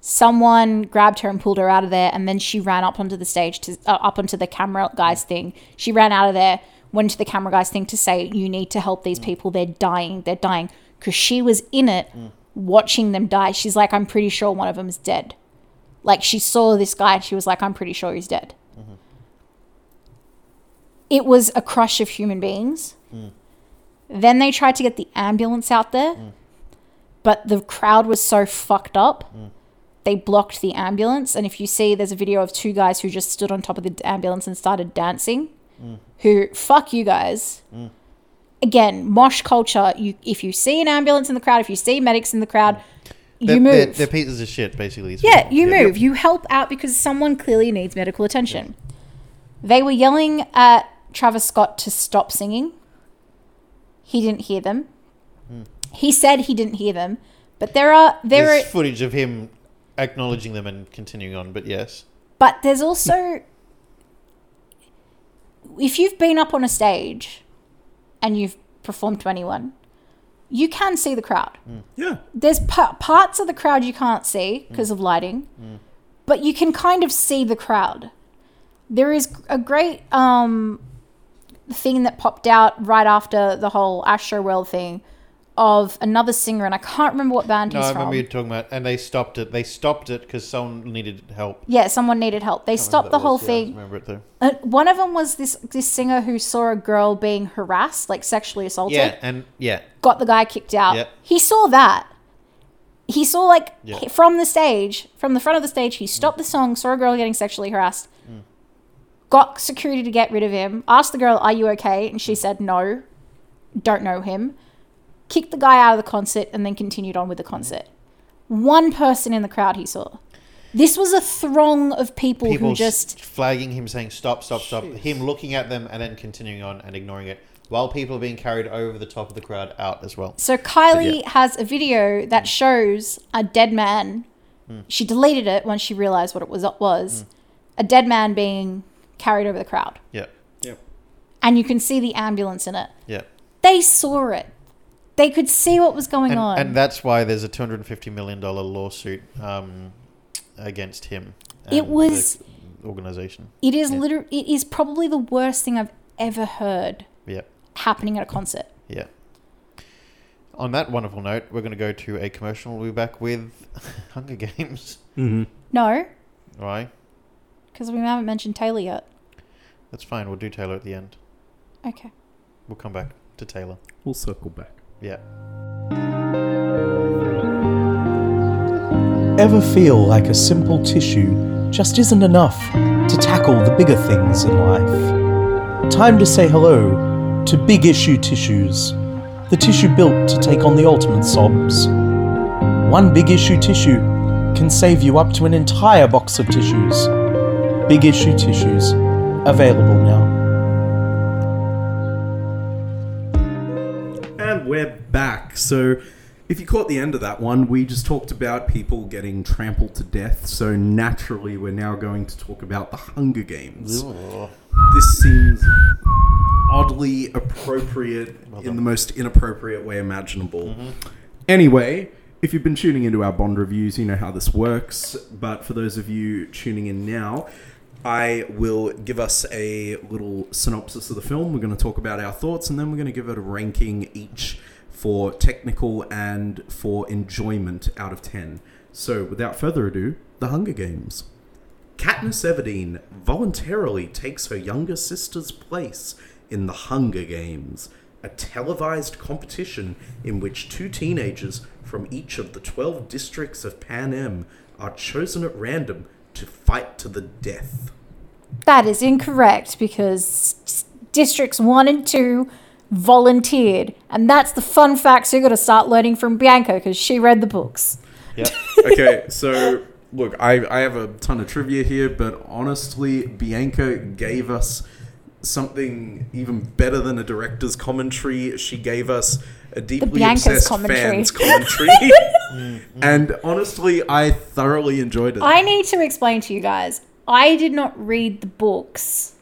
C: Someone grabbed her and pulled her out of there, and then she ran up onto the stage to uh, up onto the camera guys thing. She ran out of there, went to the camera guys thing to say, "You need to help these people. They're dying. They're dying." Because she was in it, watching them die. She's like, "I'm pretty sure one of them is dead." Like she saw this guy, and she was like, "I'm pretty sure he's dead."
B: Mm-hmm.
C: It was a crush of human beings.
B: Mm.
C: Then they tried to get the ambulance out there
B: Mm.
C: but the crowd was so fucked up
B: Mm.
C: they blocked the ambulance and if you see there's a video of two guys who just stood on top of the ambulance and started dancing
B: Mm.
C: who fuck you guys again mosh culture you if you see an ambulance in the crowd if you see medics in the crowd
B: They're-
C: you
B: They're,
C: move
B: they're pieces of shit, basically. is
C: yeah,
B: what-
C: you move. You help out because someone clearly needs medical attention. They were yelling at Travis Scott to stop singing. He didn't hear them. He said he didn't hear them, but there are there
B: There's
C: are
B: footage of him acknowledging them and continuing on, but yes.
C: but there's also if you've been up on a stage and you've performed to anyone, you can see the crowd.
E: Yeah.
C: there's pa- parts of the crowd you can't see because of lighting, but you can kind of see the crowd. There is a great um, thing that popped out right after the whole Astro World thing of another singer, and I can't remember what band
B: No, I
C: he's
B: remember
C: from.
B: you talking about, and they stopped it. They stopped it because someone needed help.
C: yeah, someone needed help. They stopped the whole thing.
B: remember it though.
C: Uh, one of them was this this singer who saw a girl being harassed, like sexually assaulted.
B: Yeah, and yeah,
C: got the guy kicked out.
B: Yep.
C: He saw that. He saw like
B: Yeah. Mm.
C: he- from the stage, from the front of the stage, he stopped the song, saw a girl getting sexually harassed, got security to get rid of him, asked the girl, Are you okay? And she
B: Mm.
C: said, No, don't know him. Kicked the guy out of the concert and then continued on
B: Mm.
C: with the concert. One person in the crowd he saw. This was a throng of people,
B: people
C: who just
B: just flagging him, saying stop, stop, stop. Him looking at them and then continuing on and ignoring it, while people are being carried over the top of the crowd out as well.
C: So Kylie has a video that
B: Mm.
C: shows a dead man. She deleted it once she realized what it was
B: Mm.
C: was a dead man being carried over the crowd,
B: Yeah,
A: Yep.
C: and you can see the ambulance in it.
B: yeah.
C: They saw it. They could see what was going
B: And,
C: on.
B: and that's why there's a two hundred and fifty million dollar lawsuit um, against him. And
C: It was-
B: the organization.
C: it is
B: Yeah.
C: liter- It is probably the worst thing I've ever heard
B: Yeah,
C: happening at a concert.
B: yeah. On that wonderful note, we're going to go to a commercial. We'll be back with [LAUGHS] Hunger Games.
E: Mm-hmm.
C: No,
B: Why?
C: because we haven't mentioned Taylor yet.
B: That's fine. We'll do Taylor at the end.
C: Okay.
B: We'll come back to Taylor.
E: We'll circle back.
B: Yeah.
F: ever feel like a simple tissue just isn't enough to tackle the bigger things in life? Time to say hello to Big Issue Tissues, the tissue built to take on the ultimate sobs. One Big Issue tissue can save you up to an entire box of tissues. Big Issue Tissues, available now.
A: And we're back. So, if you caught the end of that one, we just talked about people getting trampled to death. So, naturally, we're now going to talk about the Hunger Games. This seems oddly appropriate in the most inappropriate way imaginable. Anyway, if you've been tuning into our Bond reviews, you know how this works. But for those of you tuning in now, I will give us a little synopsis of the film. We're going to talk about our thoughts, and then we're going to give it a ranking each for technical and for enjoyment out of 10. So, without further ado, The Hunger Games. Katniss Everdeen voluntarily takes her younger sister's place in the Hunger Games, a televised competition in which two teenagers from each of the 12 districts of Pan Am are chosen at random to fight to the death.
C: That is incorrect because s- districts one and two volunteered. And that's the fun facts you're going to start learning from Bianca because she read the books. [LAUGHS]
A: okay, so look, I, I have a ton of trivia here, but honestly, Bianca gave us something even better than a director's commentary. She gave us a deeply
C: Bianca's
A: obsessed
C: commentary. [LAUGHS]
A: fans commentary, and honestly, I thoroughly enjoyed it.
C: I need to explain to you guys I did not read the books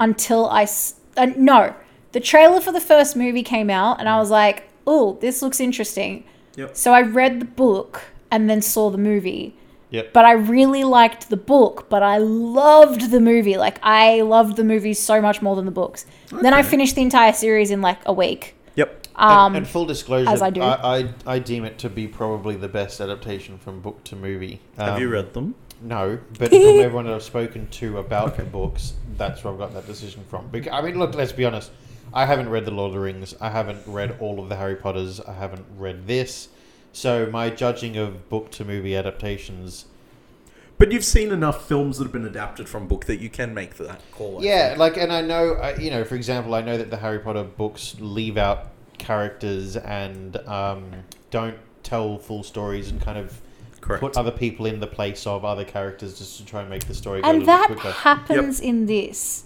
C: until I. s- Uh, no. The trailer for the first movie came out and I was like, oh, this looks interesting.
A: Yep.
C: So I read the book and then saw the movie.
B: Yep.
C: but I really liked the book, but I loved the movie. Like I loved the movie so much more than the books. Then I finished the entire series in like a week.
A: Yep.
C: Um,
B: and, and full disclosure,
C: as I do.
B: I, I, I deem it to be probably the best adaptation from book to movie.
G: Have
B: Um,
G: you read them?
B: No, but
C: [LAUGHS]
B: from everyone that I've spoken to about the books, that's where I've got that decision from. Because, I mean, look, let's be honest. I haven't read The Lord of the Rings. I haven't read all of the Harry Potters. I haven't read this. So my judging of book to movie adaptations,
A: But you've seen enough films that have been adapted from book that you can make that call. I
B: yeah, like, and I know, I- you know, for example, I know that the Harry Potter books leave out characters and um, don't tell full stories and kind of
A: Correct.
B: put other people in the place of other characters just to try and make the story go a
C: and
B: little bit
C: that
B: quicker.
C: happens in this,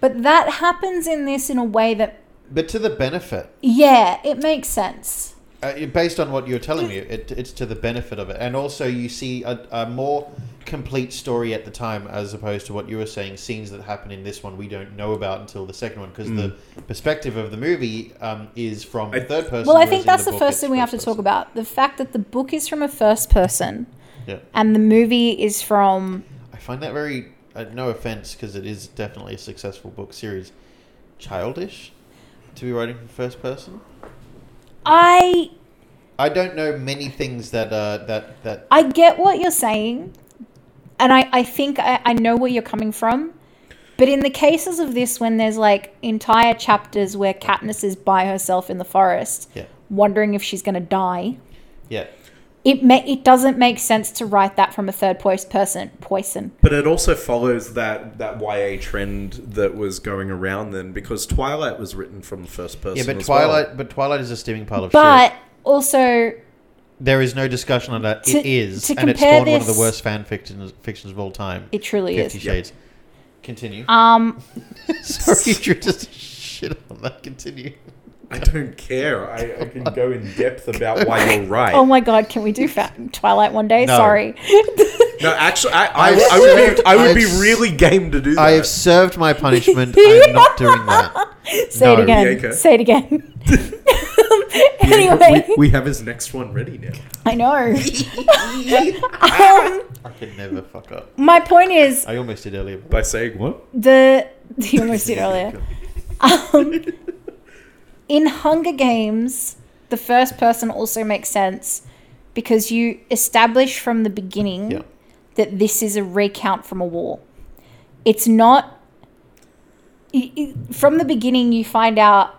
C: but that happens in this in a way that
B: but to the benefit
C: yeah, it makes sense.
B: Uh, based on what you're telling me, it, it's to the benefit of it, and also you see a, a more complete story at the time, as opposed to what you were saying. Scenes that happen in this one we don't know about until the second one, because the
A: Mm.
B: perspective of the movie um, is from a third person.
C: Well, I
B: whereas
C: think
B: in
C: that's the,
B: book
C: first
B: it's
C: thing we have to
B: first
C: talk about: the fact that the book is from a first person
B: person.
C: and the movie is from
B: Yeah, I find that very uh, no offense, because it is definitely a successful book series. Childish to be writing from first person.
C: I.
B: I don't know many things that uh, that that
C: I get what you're saying, and I, I think I, I know where you're coming from. But in the cases of this, when there's like entire chapters where Katniss is by herself in the forest,
B: yeah
C: wondering if she's going to die,
B: yeah.
C: it ma- it doesn't make sense to write that from a third pois- person. Poison.
A: But it also follows that that YA trend that was going around then because Twilight was written from the first person.
B: Yeah, but
A: as well.
B: Twilight, but Twilight is a steaming pile of shit.
C: But also,
B: There is no discussion on that. it
C: To-
B: is,
C: to
B: and it's
C: compare
B: spawned one of
C: this-
B: the worst fan fictions, fictions of all time.
C: it truly
B: Fifty
C: is.
B: Shades. Continue.
C: Um,
B: [LAUGHS] Sorry, you're just shit on that. Continue.
A: [LAUGHS] I don't care. I, I can go in depth about why you're right.
C: [LAUGHS] oh my god, can we do fa- Twilight one day?
B: No. [LAUGHS]
C: Sorry.
A: No,
C: [LAUGHS]
A: actually, I, I, I would, be, I would be really game to do that.
B: I have served my
C: [LAUGHS]
B: punishment. I'm not doing that.
C: Say it
B: No.
C: again.
A: Bianca.
C: Say it again. [LAUGHS]
A: Yeah,
C: anyway,
A: we, we have his next one ready now.
C: I know.
B: [LAUGHS]
C: Um,
B: I could never fuck up.
C: My point is
B: I almost did earlier.
C: Mm-hmm.
A: By saying what?
C: the [LAUGHS] you almost did earlier. Um, in Hunger Games, the first person also makes sense because you establish from the beginning
B: Yeah.
C: that this is a recount from a war. It's not i- i- from the beginning. You find out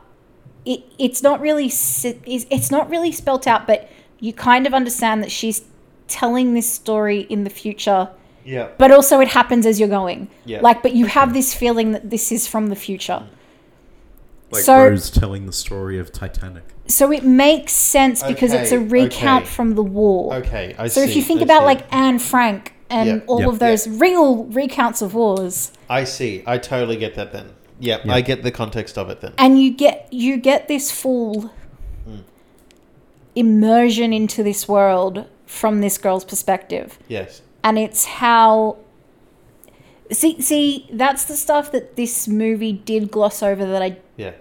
C: it, it's not really s- it's it's not really spelt out, but you kind of understand that she's telling this story in the future,
B: Yeah.
C: but also it happens as you're going.
B: Yeah.
C: Like, but you have this feeling that this is from the future.
E: Like
C: So-
E: Rose telling the story of Titanic.
C: So it makes sense because it's a
B: Okay,
C: recount
B: okay.
C: from the war.
B: Okay, I
C: so if
B: see,
C: you think
B: I
C: about
B: see.
C: like Anne Frank and
B: Yeah.
C: all
E: Yeah.
C: of those real recounts of wars,
B: I see. I totally get that then. Yeah, I get the context of it then.
C: and you get you get this full immersion into this world from this girl's perspective.
B: Yes.
C: and it's how see see that's the stuff that this movie did gloss over that I
B: Yeah.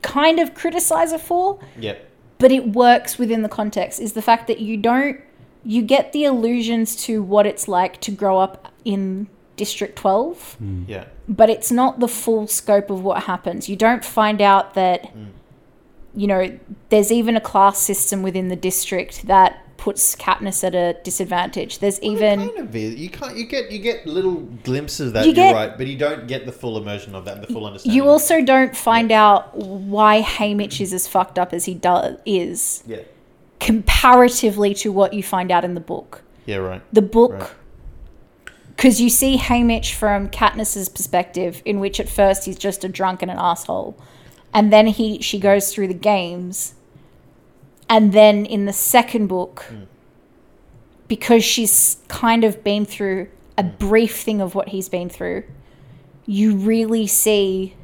C: kind of criticize it for,
B: Yeah.
C: but it works within the context is the fact that you don't you get the allusions to what it's like to grow up in District 12,
B: Yeah.
C: but it's not the full scope of what happens. You don't find out that you know there's even a class system within the district that puts Katniss at a disadvantage. There's even
B: kind of is. You can't. You get. You get little glimpses of that.
C: You
B: You are
C: get-
B: right, but you don't get the full immersion of that and the full understanding.
C: You also don't find out why Haymitch is as fucked up as he does is
B: Yeah.
C: comparatively to what you find out in the book.
B: Yeah. Right.
C: The book,
B: Right.
C: because you see Haymitch from Katniss's perspective, in which at first he's just a drunk and an asshole, and then he she goes through the games, and then in the second book,
B: Hmm.
C: because she's kind of been through a
B: Hmm.
C: brief thing of what he's been through, you really see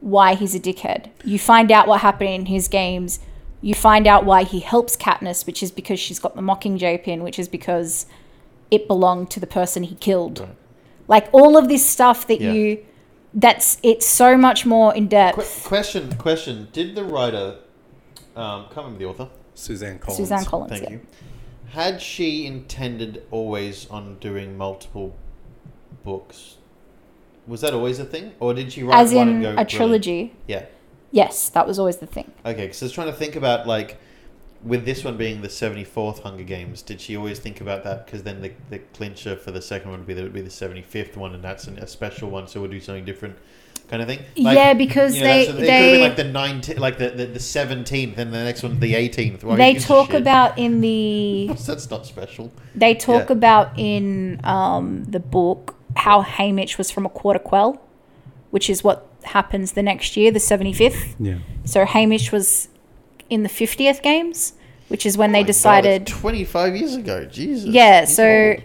C: why he's a dickhead. You find out what happened in his games. You find out why he helps Katniss, which is because she's got the Mockingjay pin, which is because it belonged to the person he killed. Like all of this stuff that
B: Yeah.
C: you that's it's so much more in
B: Qu-
C: depth.
B: question. Question. Did the writer, um, can't remember the author.
A: Suzanne Collins.
C: Suzanne Collins.
B: Thank
C: yeah.
B: you. Had she intended always on doing multiple books? Was that always a thing, or did she write
C: As
B: one and
C: in
B: go
C: a
B: "Brilliant"?
C: trilogy.
B: Yeah.
C: Yes, that was always the thing.
B: Okay, because I was trying to think about like with this one being the seventy fourth Hunger Games, did she always think about that? Because then the, the clincher for the second one would be that it would be the seventy fifth one, and that's an, a special one, so we'll do something different, kind of thing.
C: Yeah, because
B: that's-
C: they-
B: it could have
C: they-
B: been like the nineteenth, like the the- the seventeenth, and the next one the eighteenth.
C: they talk about in the
B: [LAUGHS] that's not special.
C: they talk
B: Yeah.
C: about in um, the book how Haymitch was from a quarter quell, which is what happens the next year, the seventy fifth.
E: Yeah.
C: So Hamish was in the 50th games, which is
B: Oh
C: when they decided.
B: twenty five years ago. Jesus.
C: Yeah,
B: he's
C: so
B: old. Mm.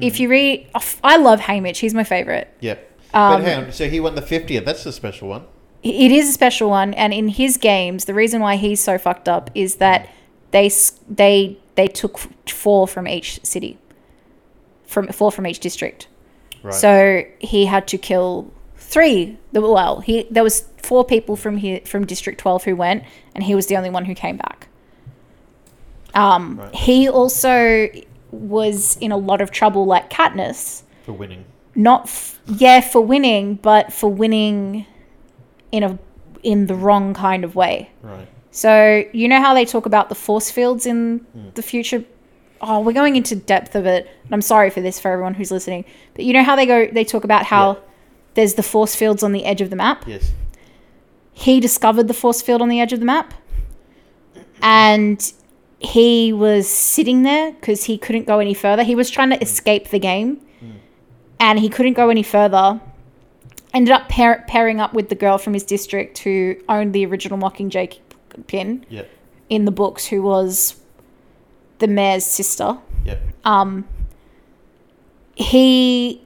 C: if you read. oh, f- I love Hamish. He's my favorite.
B: yeah. but
C: Um,
B: hang on, so he won the fiftieth. That's the special one.
C: It is a special one. And in his games, the reason why he's so fucked up is that they s- they they took f- four from each city, from four from each district.
B: Right.
C: So he had to kill three. the- Well, he there was four people from here from District Twelve who went, and he was the only one who came back. Um,
B: Right.
C: he also was in a lot of trouble, like Katniss.
B: for winning.
C: Not f- yeah for winning, but for winning in a in the wrong kind of way.
B: Right.
C: So you know how they talk about the force fields in the future. Oh, we're going into depth of it. And I'm sorry for this for everyone who's listening, but you know how they go. They talk about how
B: Yeah.
C: there's the force fields on the edge of the map.
B: Yes.
C: He discovered the force field on the edge of the map, and he was sitting there because he couldn't go any further. He was trying to escape the game, and he couldn't go any further. Ended up pair- pairing up with the girl from his district who owned the original Mockingjay pin
B: Yeah.
C: in the books who was the mayor's sister.
B: Yeah.
C: Um, he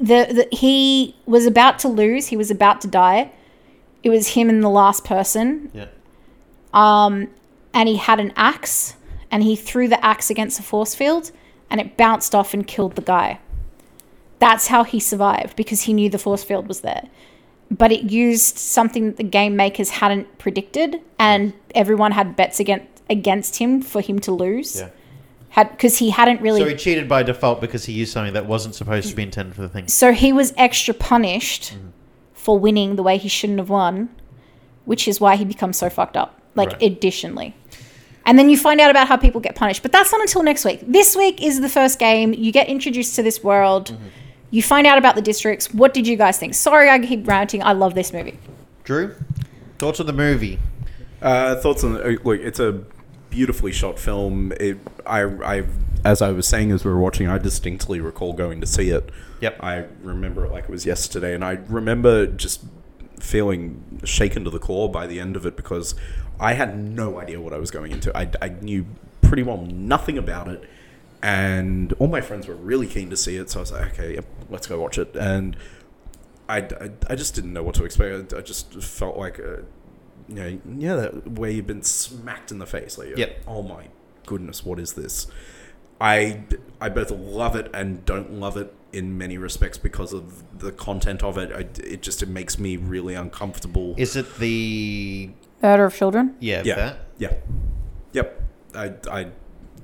C: the, the he was about to lose. He was about to die. It was him and the last person,
B: Yeah.
C: um, and he had an axe, and he threw the axe against a force field, and it bounced off and killed the guy. That's how he survived because he knew the force field was there. But it used something that the game makers hadn't predicted, and everyone had bets against against him for him to lose.
B: Yeah.
C: Had because he hadn't really.
B: So he cheated by default because he used something that wasn't supposed to be intended for the thing.
C: So he was extra punished
B: Mm-hmm.
C: for winning the way he shouldn't have won, which is why he becomes so fucked up. Like
B: Right.
C: additionally. And then you find out about how people get punished. But that's not until next week. This week is the first game. You get introduced to this world.
B: Mm-hmm.
C: You find out about the districts. What did you guys think? Sorry, I keep ranting. I love this movie.
B: Drew, thoughts on the movie?
A: Uh, thoughts on uh, look? It's a beautifully shot film. It, I, I, as I was saying as we were watching, I distinctly recall going to see it.
B: Yep.
A: I remember it like it was yesterday, and I remember just feeling shaken to the core by the end of it because I had no idea what I was going into. I, I knew pretty well nothing about it, and all my friends were really keen to see it, so I was like, okay, yep, let's go watch it. And I, I, I just didn't know what to expect. I, I just felt like, uh you know, yeah, that way you've been smacked in the face. Like,
B: Yep.
A: oh my goodness, what is this? I, I both love it and don't love it in many respects because of the content of it. I, it just it makes me really uncomfortable.
B: Is it the
C: Murder of children.
B: yeah,
A: yeah,
B: that?
A: yeah, yep. I, I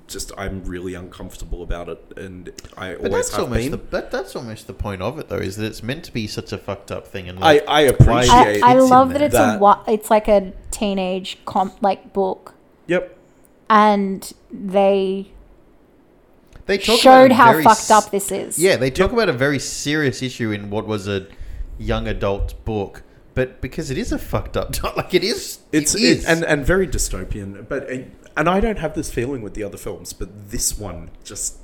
A: just I'm really uncomfortable about it, and I
B: But
A: always
B: that's
A: have
B: almost
A: been.
B: the that, that's almost the point of it though, is that it's meant to be such a fucked up thing and
A: I,
B: like,
A: I
C: I,
A: appreciate.
C: I
A: it's in
C: love that
A: there.
C: it's a wa- it's like a teenage comp like book,
A: Yep.
C: and they
B: they talk about
C: showed
B: a
C: how
B: very
C: fucked
B: s-
C: up this is.
B: Yeah, they talk about a very serious issue in what was a young adult book, but because it is a fucked up [LAUGHS] to- like it is
A: It's
B: it
A: it-
B: is.
A: and and very dystopian, but uh, and I don't have this feeling with the other films, but this one just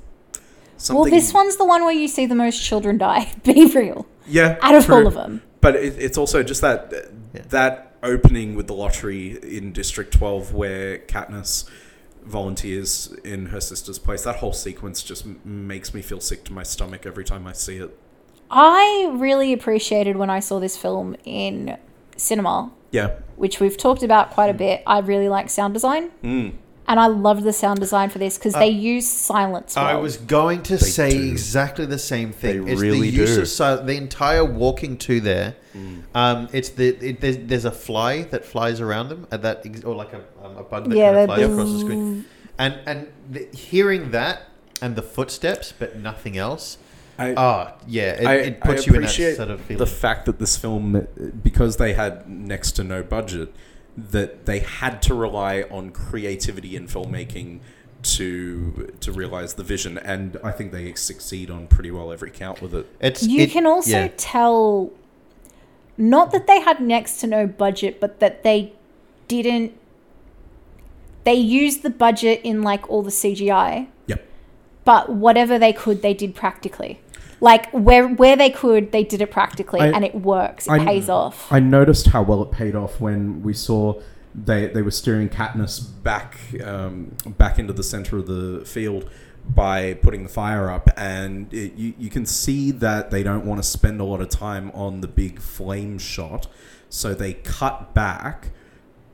A: something.
C: Well, this one's the one where you see the most children die. [LAUGHS] Be real.
A: yeah,
C: out of
A: true.
C: all of 'em.
A: But it, it's also just that uh,
B: Yeah.
A: that opening with the lottery in District Twelve, where Katniss volunteers in her sister's place. That whole sequence just m- makes me feel sick to my stomach every time I see it.
C: I really appreciated when I saw this film in cinema,
A: Yeah,
C: which we've talked about
B: Hmm.
C: quite a bit. I really like sound design. And I loved the sound design for this because they use silence. Well.
B: Uh, I was going to say
A: do.
B: exactly the same thing.
A: They
B: it's
A: really
B: the use
A: do. Mm.
B: of sil- the entire walking to there. Um, it's the it, there's, there's a fly that flies around them at that ex- or like a, um, a bug that
C: Yeah,
B: kind of
C: that
B: flies across the screen, and and the, hearing that and the footsteps, but nothing else.
A: I-
B: Ah, yeah, it,
A: I,
B: it puts
A: I
B: you in that
A: appreciate
B: sort of feeling.
A: the fact that this film, uh, because they had next to no budget, that they had to rely on creativity in filmmaking to to realize the vision, and I think they succeed on pretty well every count with it.
B: it's
C: you
B: it-
C: can also
B: yeah.
C: tell, not that they had next to no budget, but that they didn't. They used the budget in like all the CGI.
A: Yep.
C: but whatever they could, they did practically. Like where where they could, they did it practically,
E: I-
C: and it works. It
E: I-
C: pays off.
E: I noticed how well it paid off when we saw they they were steering Katniss.
A: back um, back into the center of the field by putting the fire up, and it, you you can see that they don't want to spend a lot of time on the big flame shot, so they cut back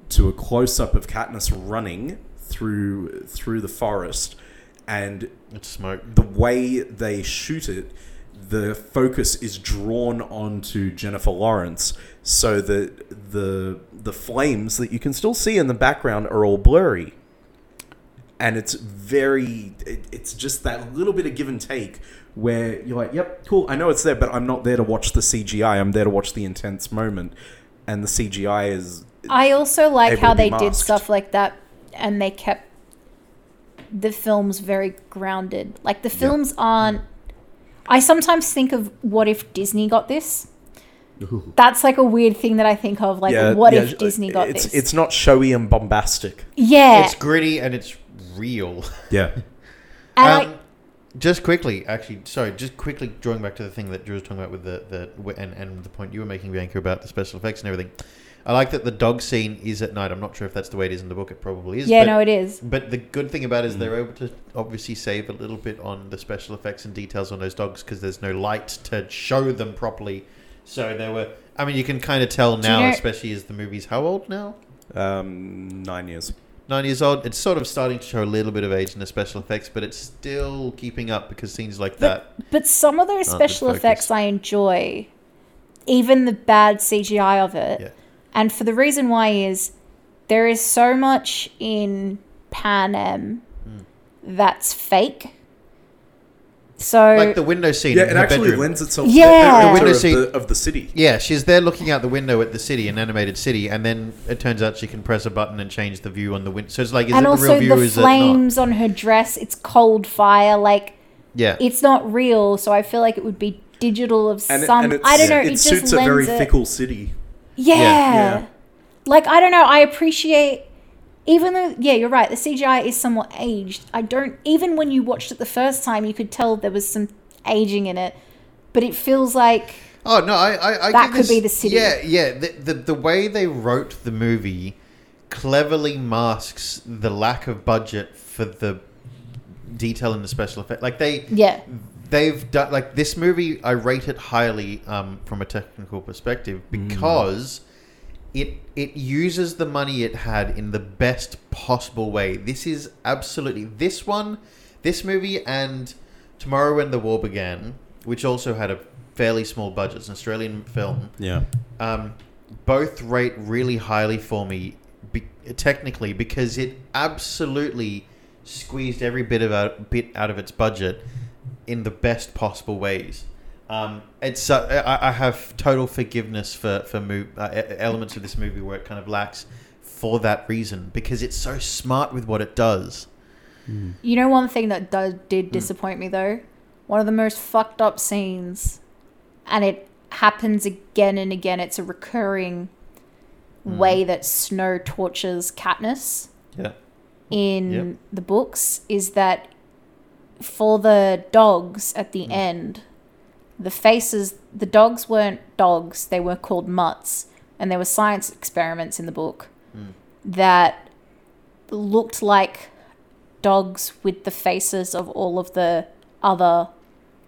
A: to a close up of Katniss running through through the forest, and
B: it's smoke.
A: the way they shoot it, the focus is drawn onto Jennifer Lawrence, so that the the flames that you can still see in the background are all blurry, and it's very it, it's just that little bit of give and take where you're like, yep, cool, I know it's there, but I'm not there to watch the CGI. I'm there to watch the intense moment, and the CGI is
C: I also like
A: able
C: how
A: to be
C: they did
A: masked.
C: stuff like that, and they kept the films very grounded. Like the films aren't. I sometimes think of what if Disney got this. That's like a weird thing that I think of. Like, what if Disney got
A: it's,
C: this?
A: It's not showy and bombastic.
C: yeah,
B: It's gritty and it's real.
A: Yeah.
C: and
B: Um,
C: I,
B: just quickly, actually, sorry, just quickly drawing back to the thing that Drew was talking about with the, the wi- and, and the point you were making, Bianca, about the special effects and everything. I like that the dog scene is at night. I'm not sure if that's the way it is in the book. It probably is.
C: yeah,
B: but,
C: no, it is.
B: But the good thing about it is they're able to obviously save a little bit on the special effects and details on those dogs because there's no light to show them properly. So there were. I mean, you can kind of tell
C: you
B: now,
C: know-
B: especially as the movie's how old now?
A: Um, nine years.
B: nine years old. It's sort of starting to show a little bit of age in the special effects, but it's still keeping up because scenes like that.
C: But some of those
B: Aren't the
C: special
B: focus.
C: effects I enjoy, even the bad CGI of it.
B: Yeah.
C: And for the reason why is there is so much in Pan Am
B: Hmm.
C: that's fake. So
B: Like the window scene.
A: Yeah,
B: in
A: it
B: her
A: actually
B: bedroom.
A: lends itself
C: Yeah.
A: to the
B: Window
A: picture of
B: seat.
A: the, of the city.
B: Yeah, she's there looking out the window at the city, an animated city, and then it turns out she can press a button and change the view on the window. So it's like, is
C: and
B: it the real
C: also
B: view?
C: the,
B: or is it not?
C: flames on her dress, it's cold fire, like
B: Yeah,
C: it's not real, so I feel like it would be digital of
A: And, it-
C: some
A: and it's,
C: I don't know,
A: It,
C: it, just
A: suits
C: lends
A: a very
C: it.
A: fickle city.
C: Yeah.
A: Yeah.
C: Like I don't know, I appreciate even though yeah you're right the cgi is somewhat aged i don't even when you watched it the first time you could tell there was some aging in it but it feels like
B: Oh no, I, I, I
C: That
B: give
C: could
B: this-
C: be the city.
B: Yeah, yeah. The, the the way they wrote the movie cleverly masks the lack of budget for the detail in the special effect. Like they,
C: Yeah.
B: they've done like this movie. I rate it highly um, from a technical perspective because it it uses the money it had in the best possible way. This is absolutely this one, this movie, and Tomorrow When the War Began, which also had a fairly small budget, it's an Australian film.
E: Yeah.
B: Um, both rate really highly for me, be- technically, because it absolutely squeezed every bit of out, bit out of its budget in the best possible ways. Um, it's uh, I, I have total forgiveness for for mo- uh, e- elements of this movie where it kind of lacks for that reason because it's so smart with what it does.
C: You know, one thing that does, did disappoint me though, one of the most fucked up scenes, and it happens again and again. It's a recurring way that Snow tortures Katniss
B: Yeah.
C: in
B: Yep.
C: the books is that for the dogs at
B: Mm.
C: the end, the faces, the dogs weren't dogs, they were called mutts. And there were science experiments in the book
B: Hmm.
C: that looked like dogs with the faces of all of the other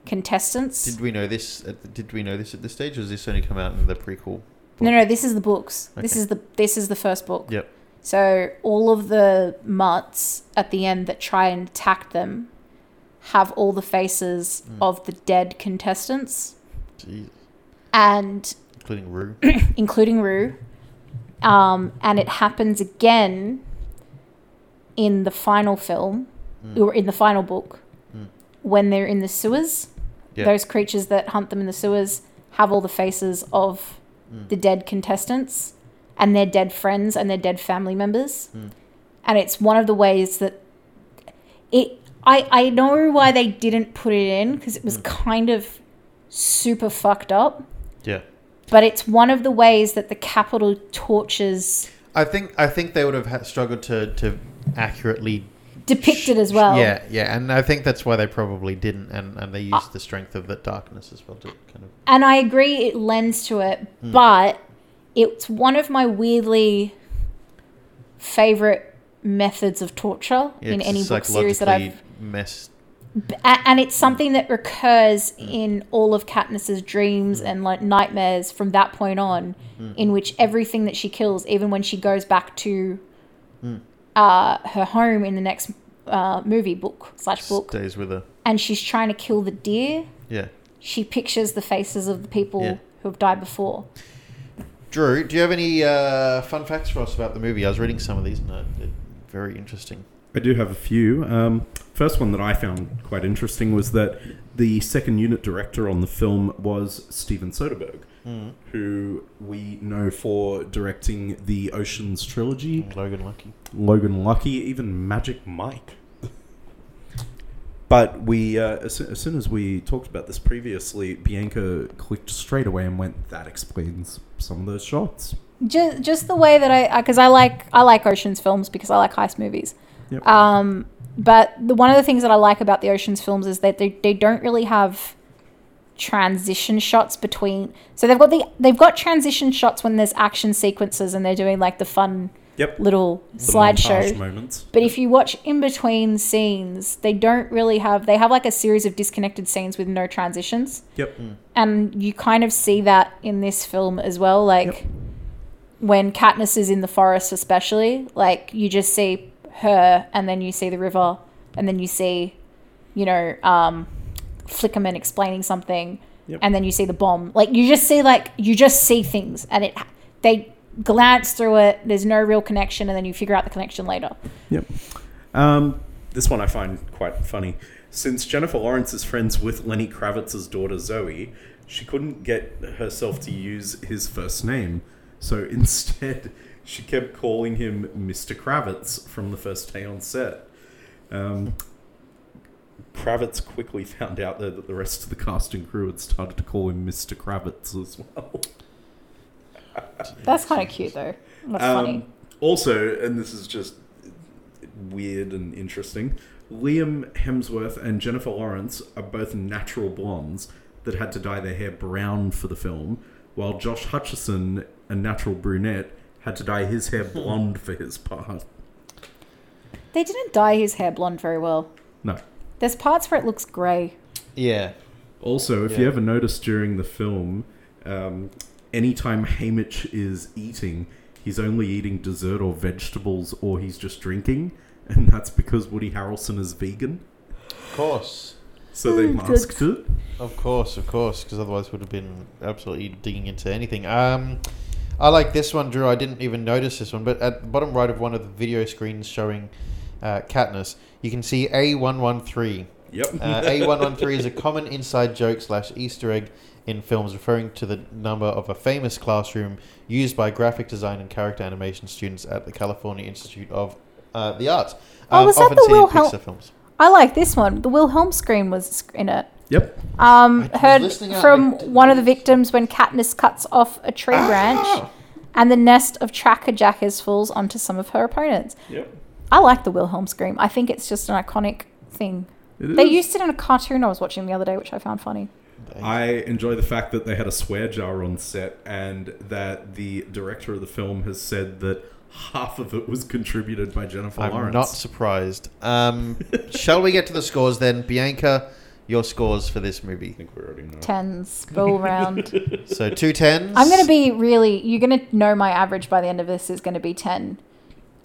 C: contestants.
B: Did we know this? At, did we know this at this stage, or does this only come out in the prequel?
C: no, no, this is the books. This
B: Okay.
C: is the this is the first book.
B: Yep.
C: So all of the mutts at the end that try and attack them have all the faces
B: Mm.
C: of the dead contestants,
B: Jeez.
C: and
B: Including
C: [COUGHS]
B: Rue.
C: including Rue. Um, and it happens again in the final film,
B: Mm. Hmm.
C: or in the final book, when they're in the sewers.
B: Yeah.
C: Those creatures that hunt them in the sewers have all the faces of
B: Hmm.
C: the dead contestants and their dead friends and their dead family members.
B: Hmm.
C: And it's one of the ways that it. I, I know why they didn't put it in because it
B: Hmm.
C: was kind of super fucked up
B: Yeah.
C: but it's one of the ways that the capital tortures
B: I think I think they would have ha- struggled to to accurately
C: depicted as well.
B: Yeah, yeah, and I think that's why they probably didn't, and and they used
C: Ah.
B: the strength of the darkness as well to kind of.
C: And I agree it lends to it,
B: Hmm.
C: but it's one of my weirdly favorite methods of torture
B: Yeah,
C: in
B: it's
C: any book series that
B: psychologically
C: I've
B: messed.
C: a- and it's something that recurs in all of Katniss's dreams and like nightmares from that point on, in which everything that she kills, even when she goes back to uh, her home in the next uh, movie book slash book,
B: stays with her.
C: and she's trying to kill the deer,
B: Yeah,
C: she pictures the faces of the people
B: Yeah.
C: who have died before.
B: Drew, do you have any uh, fun facts for us about the movie? I was reading some of these, and uh, they're very interesting.
E: I do have a few. Um, first one that I found quite interesting was that the second unit director on the film was Steven Soderbergh, who we know for directing the Ocean's trilogy,
B: Logan Lucky.
E: Logan Lucky, even Magic Mike. But we, uh, as, as soon as we talked about this previously, Bianca clicked straight away and went, "That explains some of those shots."
C: just just the way that I because I like I like Ocean's films because I like heist movies.
E: Yep.
C: Um, but the, one of the things that I like about the Ocean's films is that they, they don't really have transition shots between. So they've got the they've got transition shots when there's action sequences and they're doing like the fun
E: Yep.
C: little
E: The
C: slideshow.
E: montage moments.
C: But if you watch in between scenes, they don't really have. They have like a series of disconnected scenes with no transitions
E: Yep.
C: and you kind of see that in this film as well. Like when Katniss is in the forest, especially, like you just see her, and then you see the river, and then you see, you know, um, Flickerman explaining something,
E: Yep.
C: and then you see the bomb. Like you just see, like you just see things, and it they glance through it. There's no real connection, and then you figure out the connection later.
E: Yep. Um,
A: This one I find quite funny. Since Jennifer Lawrence is friends with Lenny Kravitz's daughter Zoe, she couldn't get herself to use his first name.
E: so [LAUGHS] instead, she kept calling him Mr. Kravitz from the first day on set. Um, Kravitz quickly [LAUGHS] found out though that the rest of the cast and crew had started to call him Mr. Kravitz as well.
A: Um,
C: That's kind of cute, though. That's funny.
E: Also, and this is just
A: weird and interesting. Liam Hemsworth and Jennifer Lawrence are both natural blondes that had to dye their hair brown for the film, while Josh Hutcherson, a natural brunette, had to dye his
C: [LAUGHS]
A: hair blonde for his part.
C: They didn't dye his hair blonde very well.
A: No.
C: There's parts where it looks grey.
B: Yeah.
A: Also, if you ever noticed during the film, um, anytime Hamish is eating, he's only eating dessert or vegetables or he's just drinking, and that's because Woody Harrelson is vegan.
B: Of course.
A: So
C: Oh,
A: they masked it.
B: Of course, of course, because otherwise would have been absolutely digging into anything. Um, I like this one, Drew. I didn't even notice this one, but at the bottom right of one of the video screens showing uh, Katniss, you can see A113.
A: Yep. [LAUGHS]
B: Uh, A113 is a common inside joke slash Easter egg in films, referring to the number of a famous classroom used by graphic design and character animation students at the California Institute of uh, the Arts.
C: Oh, was that the
B: seen in
C: Will Hel-
B: Pixar films.
C: I like this one. The Wilhelm scream was in it.
A: Yep.
C: Um,
B: was
C: heard
B: listening out and I
C: from
B: didn't
C: one of the victims when Katniss cuts off a tree branch, and the nest of tracker jackers falls onto some of her opponents.
A: Yep.
C: I like the Wilhelm scream. I think it's just an iconic thing.
A: It
C: They
A: is.
C: used it in a cartoon I was watching the other day, which I found funny.
A: I enjoy the fact that they had a swear jar on set and that the director of the film has said that half of it was contributed by Jennifer
B: I'm
A: Lawrence.
B: not surprised. Um, shall we get to the scores then? Bianca, your scores for this movie.
A: I think we already know.
C: Tens go round.
B: So two tens.
C: I'm gonna be really. You're gonna know my average by the end of this is gonna be ten.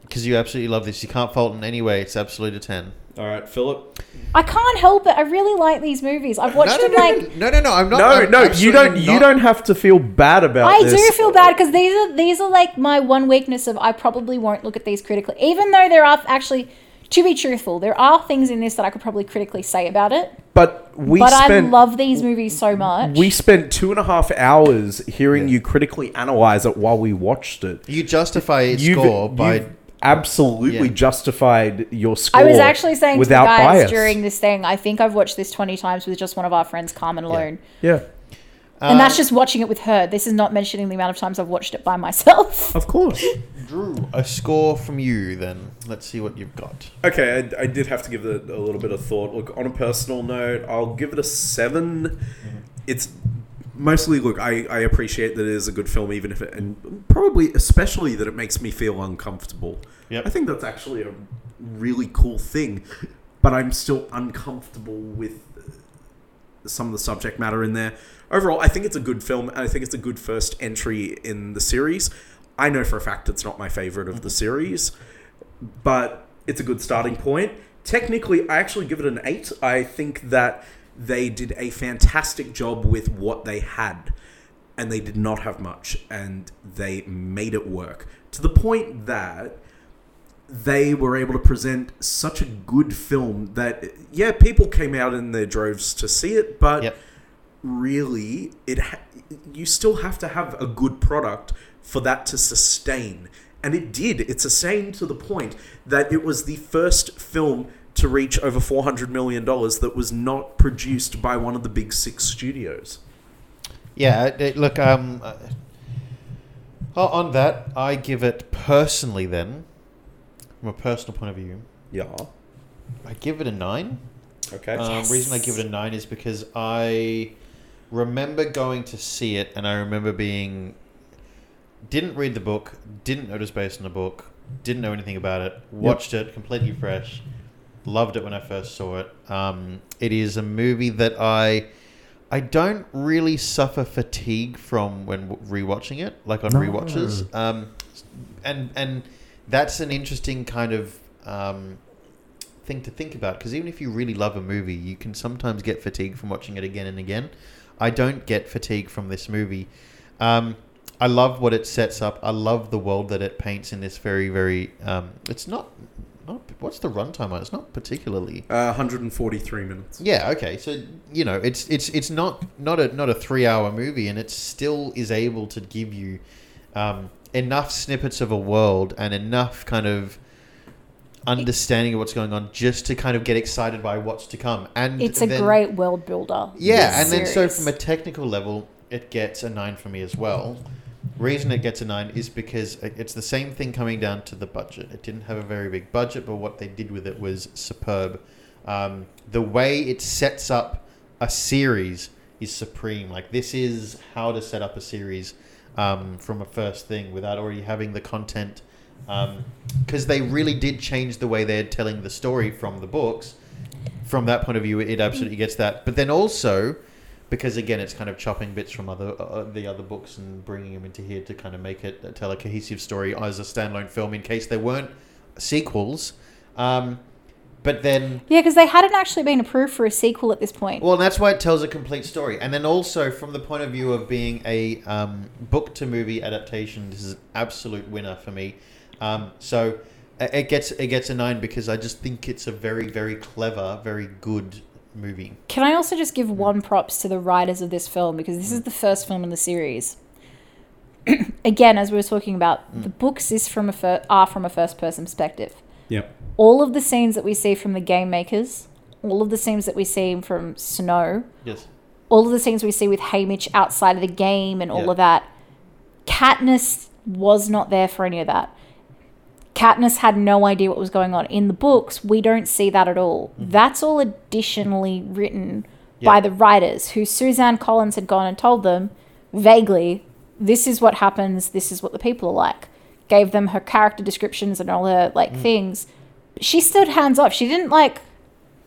B: because you absolutely love this. You can't fault in any way. It's absolute a ten.
A: All right, Philip.
C: I can't help it. I really like these movies. I've watched
B: no,
C: them
B: no,
C: like
B: no, no, no, no. I'm not.
H: No,
B: I'm
H: no, you
B: absolutely
H: don't. You
B: not-
H: don't have to feel bad about
C: I
H: this.
C: do feel bad because these are these are like my one weakness of I probably won't look at these critically, even though there are actually, to be truthful, there are things in this that I could probably critically say about it.
H: But we
C: but
H: spent
C: I love these movies so much.
H: we spent two and a half hours hearing you critically analyze it while we watched it.
B: You justify its
H: You've-
B: score by.
H: you've absolutely
B: Yeah.
H: justified your score.
C: I was actually saying to the
H: without
C: guys
H: bias.
C: during this thing, I think I've watched this twenty times with just one of our friends, Carmen alone,
H: yeah,
B: Um,
C: and that's just watching it with her. This is not mentioning the amount of times I've watched it by myself.
H: of course.
B: Drew, a score from you then. Let's see what you've got.
A: Okay, I, I did have to give it a little bit of thought. Look, on a personal note, I'll give it a seven. It's mostly look. I, I appreciate that it is a good film, even if it, and probably especially that it makes me feel uncomfortable.
B: Yep.
A: I think that's actually a really cool thing, but I'm still uncomfortable with some of the subject matter in there. Overall, I think it's a good film, and I think it's a good first entry in the series. I know for a fact it's not my favorite of the series, but it's a good starting point. Technically, I actually give it an eight. I think that they did a fantastic job with what they had, and they did not have much, and they made it work to the point that they were able to present such a good film that yeah people came out in their droves to see it but
B: Yep.
A: really it ha- you still have to have a good product for that to sustain and it did it sustained to the point that it was the first film to reach over 400 million dollars that was not produced by one of the big 6 studios
B: Yeah, it- it- look, um, uh, o- on that, I give it personally then, from a personal point of view,
A: yeah
B: I give it a nine.
A: okay
E: Uh,
B: Um, reason I give it a nine is because I remember going to see it, and I remember being didn't read the book, didn't know it was based on the book, didn't know anything about it. Watched it completely fresh, loved it when I first saw it. Um, it is a movie that I I don't really suffer fatigue from when w- rewatching it, like on rewatches. Um, and and that's an interesting kind of. Um, thing to think about because even if you really love a movie, you can sometimes get fatigue from watching it again and again. I don't get fatigue from this movie. Um, I love what it sets up. I love the world that it paints in this very, very. Um, it's not, not. What's the runtime on? it? It's not particularly.
A: uh, 143 minutes
B: Yeah. Okay. So you know, it's it's it's not not a not a three hour movie, and it still is able to give you um, enough snippets of a world and enough kind of understanding of what's going on, just to kind of get excited by what's to come. And
C: It's a
B: then-
C: great world builder.
B: yeah,
C: This
B: and then so
C: series.
B: from a technical level, it gets a nine for me as well. reason it gets a nine is because it- it's the same thing coming down to the budget. It didn't have a very big budget, but what they did with it was superb. Um, the way it sets up a series is supreme. Like this is how to set up a series um, from a first thing without already having the content, because they really did change the way they're telling the story from the books from that point of view, it absolutely gets that. But then also, because again, it's kind of chopping bits from other uh, the other books and bringing them into here to kind of make it uh, tell a cohesive story as a standalone film in case there weren't sequels. Um, but then
C: Yeah, because they hadn't actually been approved for a sequel at this point.
B: well, that's why it tells a complete story. And then also, from the point of view of being a um, book to movie adaptation, this is an absolute winner for me. Um, so i- it gets it gets a nine because I just think it's a very very clever, very good movie.
C: Can I also just give one props to the writers of this film because this is the first film in the series. [CLEARS THROAT] Again, as we were talking about, the books is from a fir- are from a first person perspective.
E: Yep.
C: All of the scenes that we see from the game makers, all of the scenes that we see from Snow,
B: Yes.
C: all of the scenes we see with Hamish outside of the game and all
B: Yeah.
C: of that. Katniss was not there for any of that. Katniss had no idea what was going on. In the books, we don't see that at all. That's all additionally written by
B: Mm-hmm. Yeah.
C: the writers, who Suzanne Collins had gone and told them vaguely, this is what happens, this is what the people are like. Gave them her character descriptions and all her like
B: Mm.
C: things. She stood hands off. She didn't like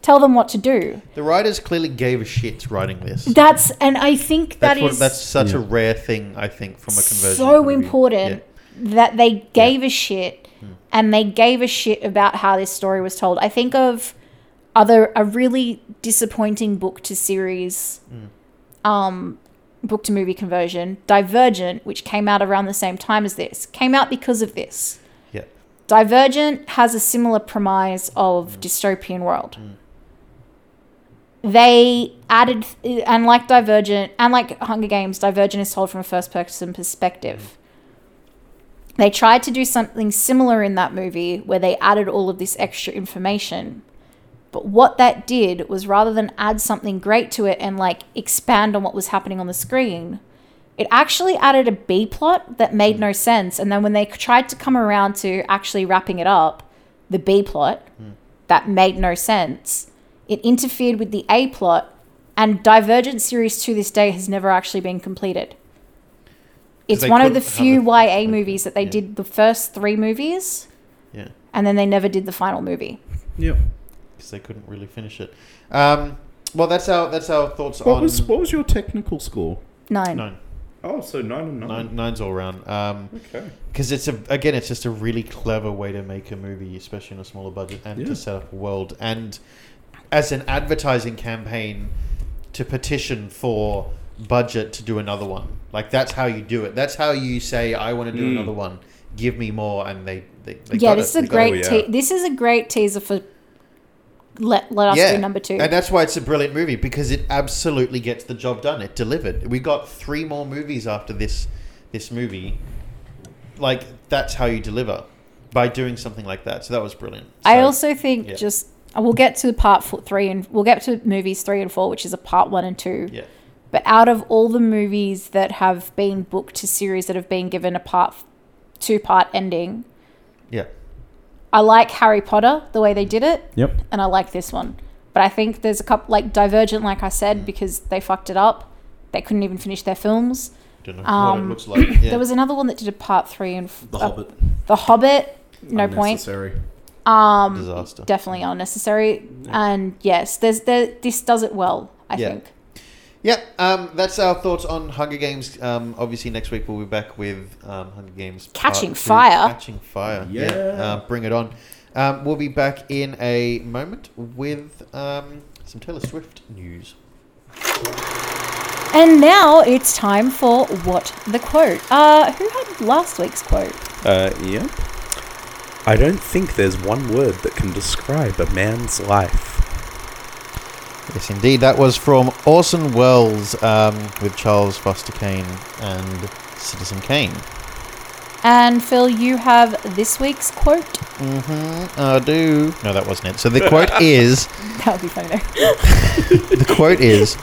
C: tell them what to do.
B: The writers clearly gave a shit writing this.
C: That's and I think
B: That's
C: that
B: what,
C: is-
B: that's such a rare thing, I think, from a conversion.
C: so
B: point of view. Hmm.
C: important that they gave a shit and they gave a shit about how this story was told. I think of other a really disappointing book to series
B: Hmm.
C: um book to movie conversion, Divergent, which came out around the same time as this, came out because of this.
B: Yeah. yeah.
C: Divergent has a similar premise of dystopian world. They added, and like Divergent, and like Hunger Games, Divergent is told from a first person perspective. They tried to do something similar in that movie where they added all of this extra information. But what that did was rather than add something great to it and like expand on what was happening on the screen, it actually added a B plot that made no sense. And then when they tried to come around to actually wrapping it up, the B plot that made no sense, it interfered with the A plot. And Divergent series to this day has never actually been completed. It's
B: they
C: one of the
B: couldn't have
C: few
B: a-
C: YA movies that they
B: yeah.
C: did the first three movies
B: Yeah.
C: and then they never did the final movie.
E: Yep.
B: Because they couldn't really finish it. Um, well, that's our that's our thoughts
E: What
B: on
E: was what was your technical score?
C: Nine.
B: nine.
E: Oh, so nine and nine.
B: Nine, nine's all round. Um,
E: Okay.
B: because it's a again, it's just a really clever way to make a movie, especially on a smaller budget, and
E: Yeah.
B: to set up a world and as an advertising campaign to petition for budget to do another one. Like that's how you do it. That's how you say, "I want to do another one. Give me more," and they they, they
C: yeah,
B: got
C: this is
B: it.
C: a
B: They got
C: great
E: yeah.
C: te- this is a great teaser for let let us do number two.
B: And that's why it's a brilliant movie because it absolutely gets the job done. It delivered. We got three more movies after this this movie. Like that's how you deliver by doing something like that. So that was brilliant.
C: I
B: So-
C: also think
B: yeah.
C: just uh, we'll get to part four, three and we'll get to movies three and four, which is a part one and two.
B: yeah.
C: But out of all the movies that have been booked to series that have been given a part two part ending,
B: Yeah.
C: I like Harry Potter the way they did it.
E: Yep.
C: and I like this one. But I think there's a couple like Divergent, like I
B: Mm.
C: said, because they fucked it up. They couldn't even finish their films.
B: Don't know what
C: Um,
B: it looks
C: [COUGHS]
B: like. Yeah.
C: There was another one that did a part three and f-
A: The
C: uh,
A: Hobbit.
C: The Hobbit, no point.
A: Unnecessary.
C: Um,
B: Disaster.
C: definitely unnecessary. And yes, there's there. This does it well. I
B: Yeah.
C: think.
B: Yep, um, that's our thoughts on Hunger Games. Um, obviously, next week we'll be back with um, Hunger Games Part
C: Catching
B: Two.
C: Fire.
B: Catching Fire.
E: Yeah.
B: Yeah, Uh, bring it on. Um, we'll be back in a moment with um, some Taylor Swift news.
C: And now it's time for what the quote. Uh, who had last week's quote?
A: Uh, yep. I don't think there's one word that can describe a man's life.
B: Yes, indeed. That was from Orson Welles um, with Charles Foster Kane and Citizen Kane.
C: And Phil, you have this week's quote. [LAUGHS]
B: Mm-hmm, I do. No, that wasn't it. So the quote [LAUGHS] is. [LAUGHS]
C: That would be funny though.
B: The quote is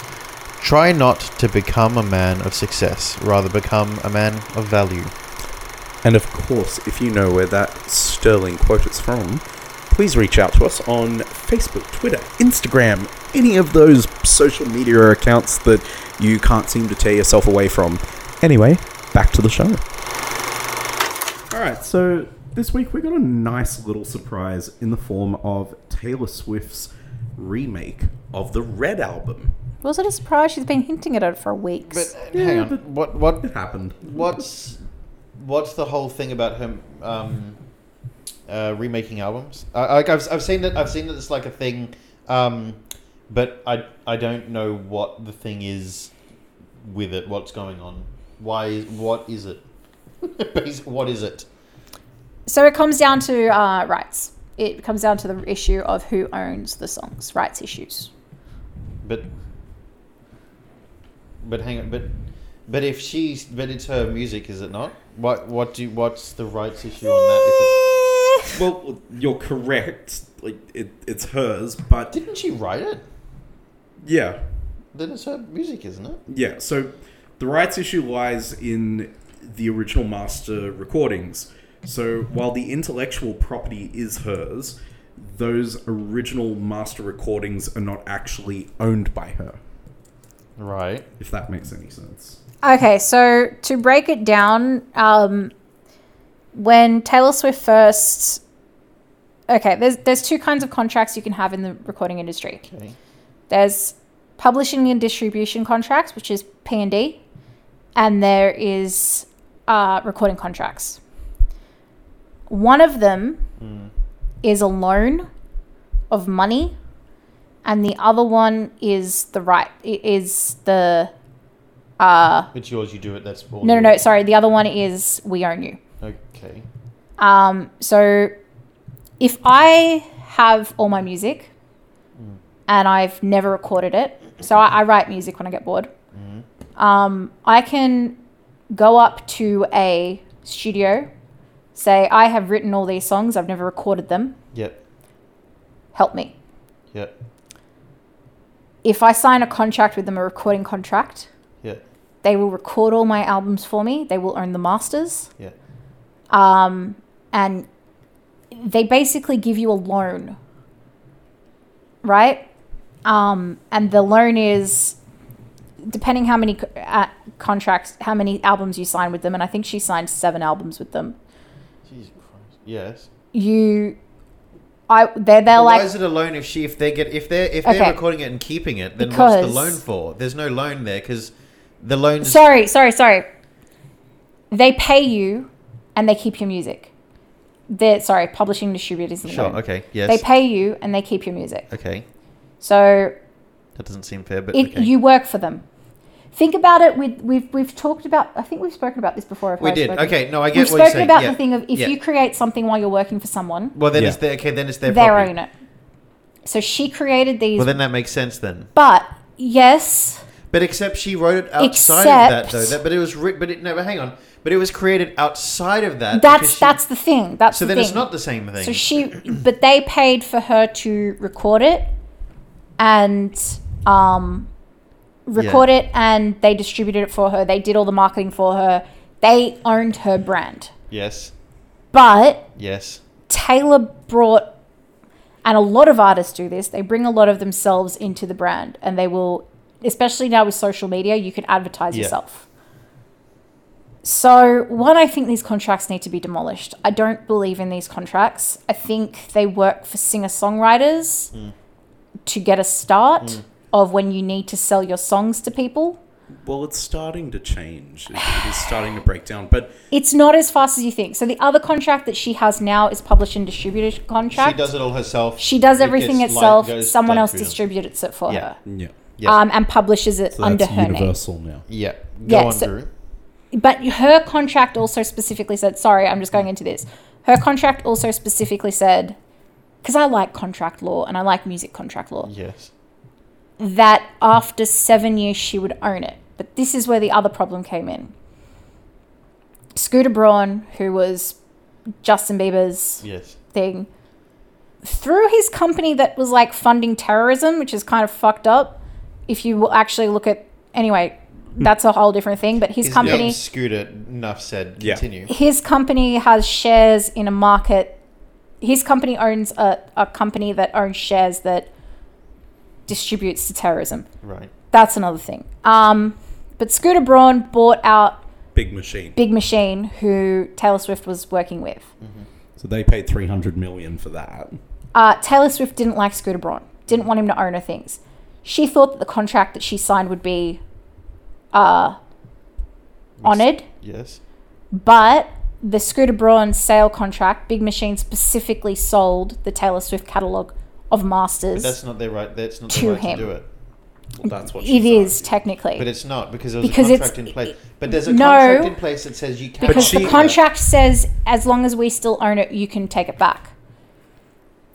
B: Try not to become a man of success, rather become a man of value.
A: And of course, if you know where that sterling quote is from, please reach out to us on Facebook, Twitter, Instagram, any of those social media accounts that you can't seem to tear yourself away from. Anyway, back to the show.
E: All right, so this week we got a nice little surprise in the form of Taylor Swift's remake of the Red album.
C: Was it a surprise? She's been hinting at it for weeks.
B: But uh, hang on, what what
E: It happened.
B: what's what's the whole thing about him um, uh, remaking albums? I, I, I've I've seen that I've seen that it's like a thing, um, but I I don't know what the thing is with it. What's going on? Why? What is it? [LAUGHS] Basi- what is it?
C: So it comes down to uh, rights. It comes down to the issue of who owns the songs, rights issues.
B: But but hang on, but but if she's but it's her music, is it not? What what do what's the rights issue on that? If it's,
E: Well, you're correct. Like it, it's hers, but
B: didn't she write it?
E: yeah,
B: Then it's her music, isn't it?
E: yeah. So the rights issue lies in the original master recordings. So while the intellectual property is hers, those original master recordings are not actually owned by her.
B: Right.
E: If that makes any sense.
C: Okay, so to break it down, um, when Taylor Swift first, okay, there's there's two kinds of contracts you can have in the recording industry.
B: Okay.
C: There's publishing and distribution contracts, which is P and D, and there is uh, recording contracts. One of them
B: Hmm.
C: is a loan of money, and the other one is the right i- is the
B: It's yours. You do it. That's all.
C: no no no
B: yours.
C: sorry the other one is we own you.
B: Okay.
C: Um, so if I have all my music and I've never recorded it, so I, I write music when I get bored, um, I can go up to a studio, say, I have written all these songs, I've never recorded them,
B: Yep.
C: help me.
B: Yep.
C: If I sign a contract with them, a recording contract,
B: Yep.
C: they will record all my albums for me, they will own the masters.
B: Yep.
C: um, and they basically give you a loan, right? Um, and the loan is depending how many co- uh, contracts, how many albums you sign with them, and I think she signed seven albums with them.
B: Jesus Christ. Yes.
C: You, I, they they're
B: Well, why
C: like
B: is it a loan if she if they get if they're if
C: Okay.
B: they're recording it and keeping it then what's
C: Because-
B: the loan for? There's no loan there because the loan.
C: sorry, sorry, sorry. They pay you, and they keep your music. They're sorry, publishing distributed isn't
B: Sure.
C: loan.
B: Okay. Yes.
C: They pay you and they keep your music.
B: Okay.
C: So
B: That doesn't seem fair, but
C: it,
B: okay.
C: you work for them. Think about it. With we've we've talked about. I think we've spoken about this before. If
B: we
C: I've
B: did.
C: spoken.
B: Okay. No, I get
C: We've
B: what you're
C: spoken
B: saying.
C: about
B: yeah.
C: the thing of if
B: yeah.
C: you create something while you're working for someone,
B: Well, then
A: Yeah.
B: it's their okay. Then it's their.
C: they
B: property.
C: own it. So she created these,
B: Well, then that makes sense then.
C: but yes,
B: But except she wrote it outside of that
C: Except-
B: though. That, but it was writ- but it no. But hang on. But it was created outside of that. because
C: that's
B: she-
C: that's the thing. That's
B: So
C: the
B: then
C: thing.
B: it's not the same thing.
C: so she, but they paid for her to record it, and um, record it, and they distributed it for her. They did all the marketing for her. They owned her brand,
B: yes.
C: but
B: Yes.
C: Taylor brought, and a lot of artists do this, they bring a lot of themselves into the brand and they will, especially now with social media, you can advertise
B: Yeah.
C: yourself. So, one, I think these contracts need to be demolished. I don't believe in these contracts. I think they work for singer songwriters to get a start of when you need to sell your songs to people.
E: Well, it's starting to change. It it is starting to break down, but
C: It's not as fast as you think. So, the other contract that she has now is published and distributed contract.
B: She does it all herself.
C: She does
B: It
C: everything
B: gets light-
C: herself.
B: goes
C: Someone
B: light
C: else
B: through them.
C: distributes it for
B: Yeah.
C: her
E: yeah,
B: Yeah.
C: um, and publishes it under her
E: universal now.
B: Yeah. Go
C: Yeah,
B: on,
C: so-
B: Drew.
C: name. But her contract also specifically said, sorry, I'm just going into this. Her contract also specifically said, because I like contract law and I like music contract law,
B: Yes.
C: that after seven years she would own it. But this is where the other problem came in. Scooter Braun, who was Justin Bieber's
B: Yes.
C: thing through his company that was like funding terrorism, which is kind of fucked up. If you will actually look at Anyway, that's a whole different thing. But his
B: Is
C: company,
B: Yeah, screwed it. Enough said.
A: Yeah.
B: Continue.
C: his company has shares in a market. His company owns a, a company that owns shares that distributes to terrorism.
B: Right.
C: That's another thing. Um, but Scooter Braun bought out
A: Big machine.
C: Big Machine, who Taylor Swift was working with.
A: So they paid three hundred million for that.
C: Uh, Taylor Swift didn't like Scooter Braun, didn't want him to own her things. She thought that the contract that she signed would be uh, honored,
B: Yes.
C: but the Scooter Braun sale contract, Big Machine specifically sold the Taylor Swift catalog of masters.
B: That's not their right. That's not
C: To
B: their right
C: him.
B: to do it.
A: Well, that's what
C: it
A: she's
C: is technically
B: But it's not because there was
C: Because
B: a
C: it's-
B: contract in place. But there's a
C: no.
B: contract in place that says you can't.
C: because
A: she-
C: the contract says as long as we still own it, you can take it back.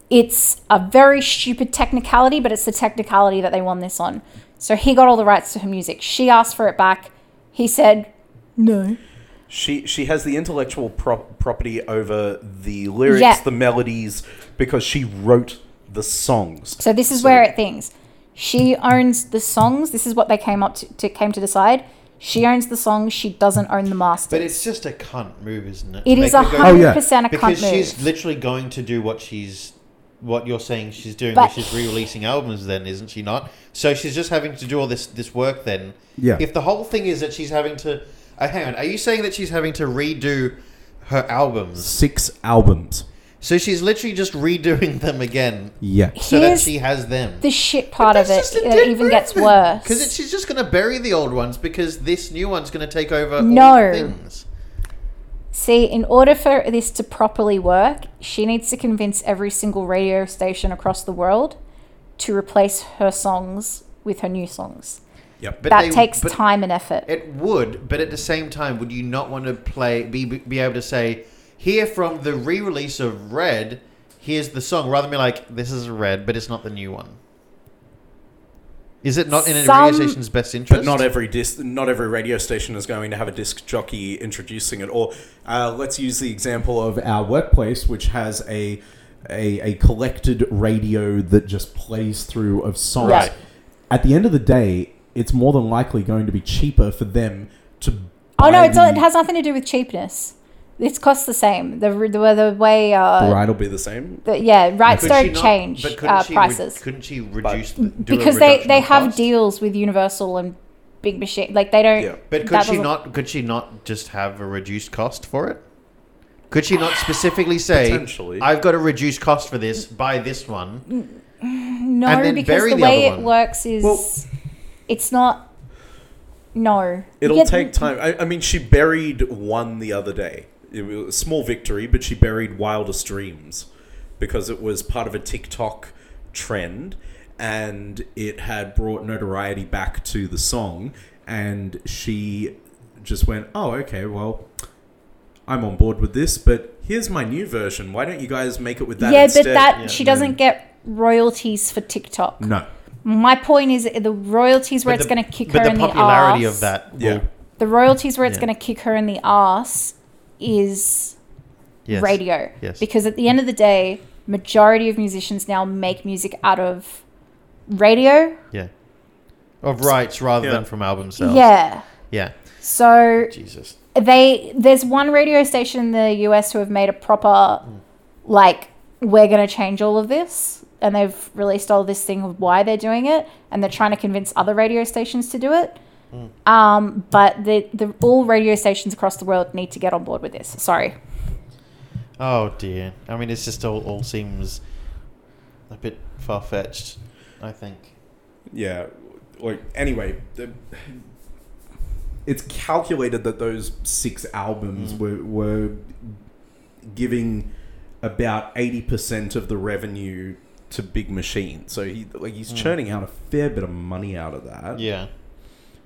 C: It's a very stupid technicality, but it's the technicality that they won this on. So he got all the rights to her music. She asked for it back. He said no.
A: She she has the intellectual pro- property over the lyrics,
C: Yeah.
A: the melodies, because she wrote the songs.
C: So this is where it things. She owns the songs. This is what they came up to, to came to decide. She owns the songs. She doesn't own the master.
B: But it's just a cunt move, isn't it?
C: It
B: To
C: is a
B: make her go-
D: yeah.
C: hundred percent a cunt
B: because she's
C: move.
B: literally going to do what she's what you're saying she's doing
C: But-
B: which is re-releasing albums then isn't she not so she's just having to do all this this work then
D: Yeah.
B: if the whole thing is that she's having to uh, hang on are you saying that she's having to redo her albums
D: Six albums.
B: so she's literally just redoing them again
D: Yeah.
B: so that
C: Here's
B: she has them
C: the shit part of it
B: That's just a
C: that
B: dick
C: even gets
B: move.
C: worse.
B: 'Cause it- she's just going to bury the old ones because this new one's going to take over all
C: No.
B: the things
C: See, in order for this to properly work, she needs to convince every single radio station across the world to replace her songs with her new songs.
B: but
C: that
B: they-
C: takes
B: but-
C: time and effort.
B: It would, but at the same time, would you not want to play be be able to say here from the re-release of Red? Here's the song, rather than be like this is Red, but it's not the new one. Is it not in a
C: Some-
B: radio station's best interest?
A: But not every disc, not every radio station is going to have a disc jockey introducing it. Or uh, let's use the example of
D: Our workplace, which has a a, a collected radio that just plays through of songs.
C: Right.
D: At the end of the day, it's more than likely going to be cheaper for them to.
C: oh no,
D: buy
C: it's, not- it
D: the-
C: has nothing to do with cheapness. It costs the same. The the, the way
D: the
C: uh,
D: right
A: it'll be the same.
C: the, yeah rights
B: Could she
C: don't
B: not-
C: change
B: but couldn't
C: uh,
B: she re-
C: prices
B: couldn't she reduce the, do a
C: because they
B: reduction
C: they
B: of
C: have
B: cost?
C: deals with Universal and Big Machine. Like they don't.
A: Yeah.
B: But could
C: that
B: she
C: doesn't-
B: not? Could she not just have a reduced cost for it? Could she not specifically say,
A: Potentially.
B: "I've got a reduced cost for this. Buy this one."
C: No,
B: and then
C: because
B: bury
C: the,
B: the
C: way
B: other
C: it
B: one.
C: works is it's not. No,
A: It'll
C: Yeah,
A: take time. I, I mean, she buried one the other day. It was a small victory, but she buried Wildest Dreams because it was part of a TikTok trend and it had brought notoriety back to the song. And she just went, oh, okay, well, I'm on board with this, but here's my new version. Why don't you guys make it with that
C: yeah,
A: instead?
C: but that
B: Yeah. Mm.
C: she doesn't get royalties for TikTok.
D: No.
C: My point is the royalties where
B: But
C: it's
B: the-
C: going to kick
B: But
C: her
B: the
C: in
B: popularity
C: the arse.
B: of that, will-
A: Yeah.
C: The royalties where it's
B: Yeah.
C: going to kick her in the arse is
B: yes.
C: radio.
B: Yes.
C: Because at the end of the day, majority of musicians now make music out of radio.
B: Yeah. Of rights rather
A: Yeah.
B: than from album sales.
C: Yeah.
B: Yeah.
C: So
B: Jesus.
C: they there's one radio station in the US who have made a proper like we're going to change all of this and they've released all this thing of why they're doing it and they're trying to convince other radio stations to do it. Um, but the, the all radio stations across the world need to get on board with this. Sorry.
B: Oh dear. I mean, it's just all, all seems a bit far fetched. I think.
A: yeah like anyway the, it's calculated that those six albums
B: Mm.
A: were were giving about 80% of the revenue to big machine so he like he's churning out a fair bit of money out of that
B: Mm. Yeah.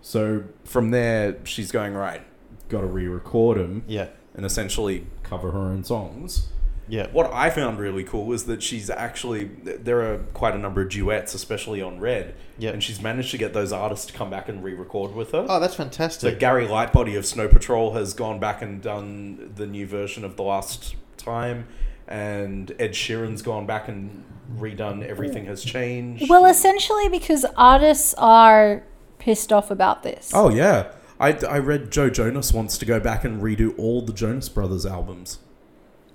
A: so from there she's going right got to re-record them
B: Yeah.
A: and essentially cover her own songs
B: Yeah.
A: what I found really cool was that she's actually there are quite a number of duets, especially on Red,
B: Yeah.
A: and she's managed to get those artists to come back and re-record with her.
B: Oh, that's
A: so
B: fantastic.
A: Gary Lightbody of Snow Patrol has gone back and done the new version of the last time, and Ed Sheeran's gone back and redone Everything Has Changed.
C: Well, essentially because artists are pissed off about this.
A: Oh yeah, I, I read Joe Jonas wants to go back and redo all the Jonas Brothers albums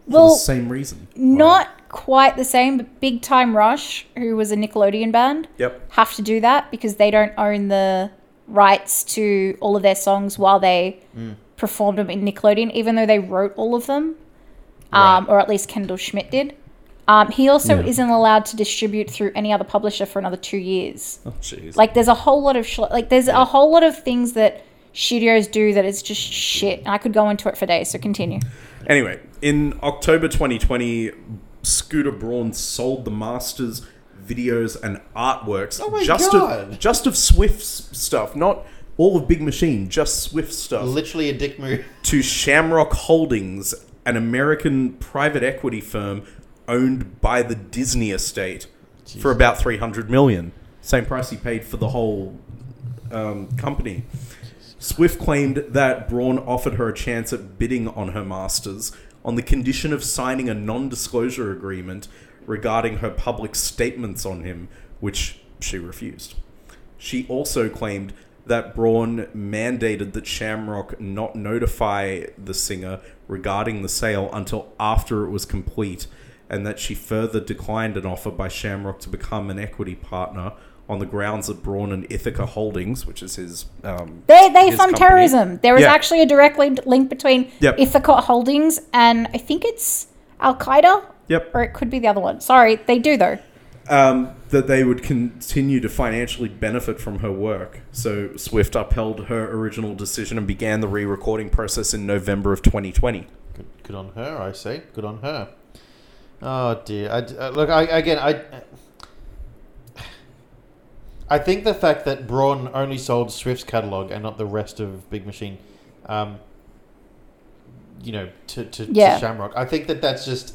A: for the
C: well,
A: same reason.
C: not quite the same, but Big Time Rush, who was a Nickelodeon band,
A: Yep.
C: have to do that because they don't own the rights to all of their songs while they
A: Mm.
C: performed them in Nickelodeon, even though they wrote all of them, um, or at least Kendall Schmidt did. Um, he also isn't allowed to distribute through any other publisher for another two years.
A: Oh jeez.
C: Like, there's a whole lot of sh- like, there's a whole lot of things that studios do that is just shit. And I could go into it for days. So continue.
A: Anyway, in October 2020, Scooter Braun sold the masters, videos, and artworks
B: Oh my
A: just
B: God.
A: of just of Swift's stuff, not all of Big Machine, just Swift stuff,
B: Literally a dick move.
A: to Shamrock Holdings, an American private equity firm owned by the Disney estate, for about 300 million. Same price he paid for the whole um, company. Swift claimed that Braun offered her a chance at bidding on her masters on the condition of signing a non disclosure agreement regarding her public statements on him, which she refused. She also claimed that Braun mandated that Shamrock not notify the singer regarding the sale until after it was complete, and that she further declined an offer by Shamrock to become an equity partner on the grounds that Braun and Ithaca Holdings, which is his. Um,
C: They, they
A: his
C: fund
A: company.
C: terrorism. There is
A: Yeah.
C: actually a direct link, link between
A: Yep.
C: Ithaca Holdings and I think it's Al Qaeda,
A: Yep.
C: or it could be the other one. Sorry, they do though.
A: um, that they would continue to financially benefit from her work. So Swift upheld her original decision and began the re-recording process in November of 2020.
B: Good, good on her, I say. Good on her. Oh dear. I, I- look, I, again, I. I think the fact that Braun only sold Swift's catalog and not the rest of Big Machine, um, you know, to, to,
C: Yeah.
B: to Shamrock, I think that that's just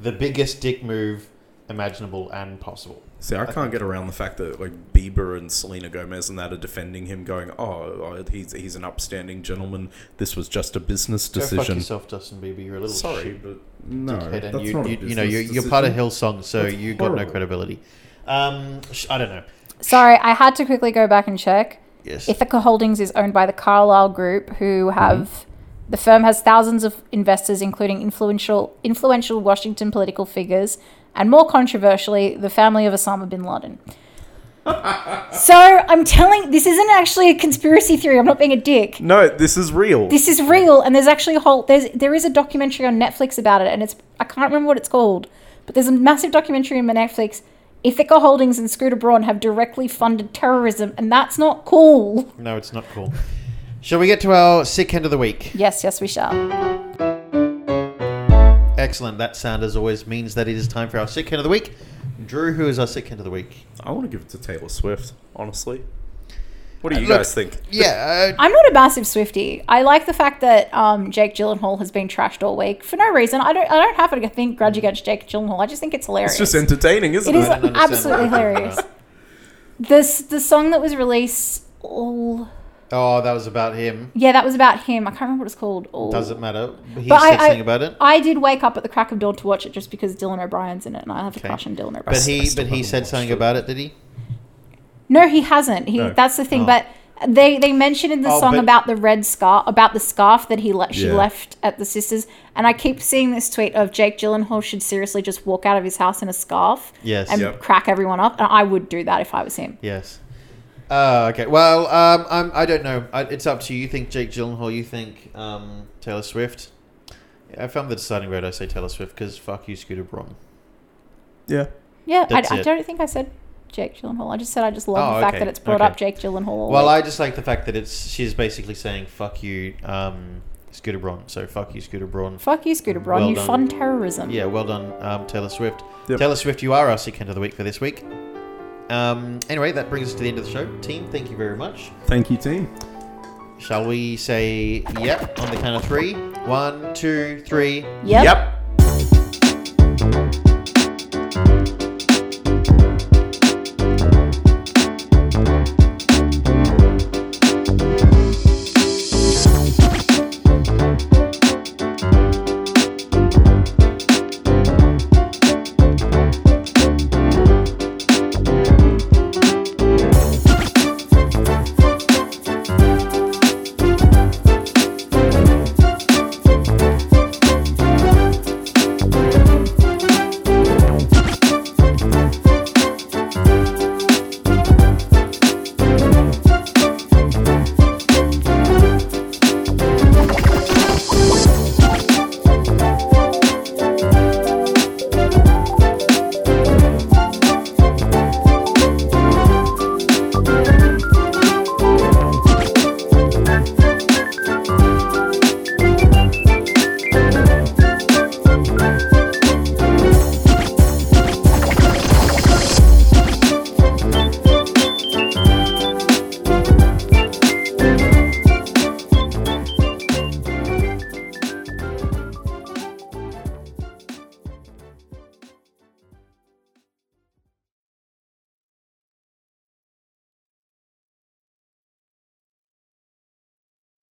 B: the biggest dick move imaginable and possible.
A: See, I can't get around the fact that like Bieber and Selena Gomez and that are defending him, going, "Oh, oh, he's he's an upstanding gentleman. This was just a business
B: Go fuck
A: decision."
B: yourself, Justin Bieber. You're a little
A: Sorry,
B: shit.
A: but no,
B: dickhead, and
A: that's
B: you,
A: not a
B: you, you know, you're,
A: business
B: you're part of
A: decision.
B: Hillsong, so
A: That's
B: you got no
A: horrible.
B: credibility. Um, sh- I don't know.
C: Sorry, I had to quickly go back and check.
B: Yes.
C: Ithaca Holdings is owned by the Carlyle Group, who have the firm has thousands of investors, including influential influential Washington political figures, and more controversially, the family of Osama bin Laden. so I'm telling this isn't actually a conspiracy theory. I'm not being a dick.
A: No, this is real.
C: This is real, and there's actually a whole there's there is a documentary on Netflix about it, and it's I can't remember what it's called, but there's a massive documentary on Netflix. Ithaca Holdings and Scooter Braun have directly funded terrorism, and that's not cool.
B: No, it's not cool. [LAUGHS] Shall we get to our sick end of the week?
C: Yes, yes, we shall.
B: Excellent. That sound, as always, means that it is time for our sick end of the week. Drew, who is our sick end of the week?
A: I want to give it to Taylor Swift, honestly. What do you
B: Uh, Look,
A: guys think?
B: Yeah, uh,
C: I'm not a massive Swifty. I like the fact that um, Jake Gyllenhaal has been trashed all week for no reason. I don't. I don't have a think grudge against Jake Gyllenhaal. I just think it's
A: It's
C: hilarious.
A: just entertaining, isn't
C: It
A: it?
C: is
B: I don't understand
C: uh, absolutely
B: what you're talking
C: hilarious. This the song that was released. All
B: oh, that was about him.
C: yeah, that was about him. I can't remember what it's called. All,
B: Doesn't matter. He
C: But
B: said
C: I- I-
B: something about it.
C: I did wake up at the crack of dawn to watch it just because Dylan O'Brien's in it, and I have a
B: Okay.
C: crush on Dylan O'Brien.
B: But he, but he said something about it. Did he?
C: no, he hasn't. He that's the thing.
B: Oh.
C: But they they mentioned in the
B: Oh,
C: song
B: but-
C: about the red scarf, about the scarf that he le- she
A: Yeah.
C: left at the sisters, and I keep seeing this tweet of Jake Gyllenhaal should seriously just walk out of his house in a scarf,
B: Yes.
C: and
A: Yep.
C: crack everyone up, and I would do that if I was him.
B: Yes. Uh, okay. Well, um, I'm, I don't know. I, it's up to you. You think Jake Gyllenhaal? You think um, Taylor Swift? Yeah, if I'm the deciding vote, I say Taylor Swift because fuck you, Scooter Braun.
D: Yeah.
C: Yeah, I,
B: That's
C: I
B: it.
C: don't think I said Jake Gyllenhaal. I just said I just love
B: Oh,
C: the fact
B: okay,
C: that it's brought
B: okay.
C: up Jake Gyllenhaal. all
B: Well,
C: week.
B: I just like the fact that it's she's basically saying fuck you, um, Scooter Braun. So fuck you, Scooter Braun.
C: fuck you, Scooter Braun.
B: Well
C: you
B: done.
C: fund terrorism.
B: Yeah, well done, um, Taylor Swift.
D: Yep.
B: Taylor Swift, you are our second of the week for this week. Um, anyway, that brings us to the end of the show. Team, thank you very much.
D: Thank you, team.
B: Shall we say yep on the count of three? One, two, three.
C: Yep.
A: Yep.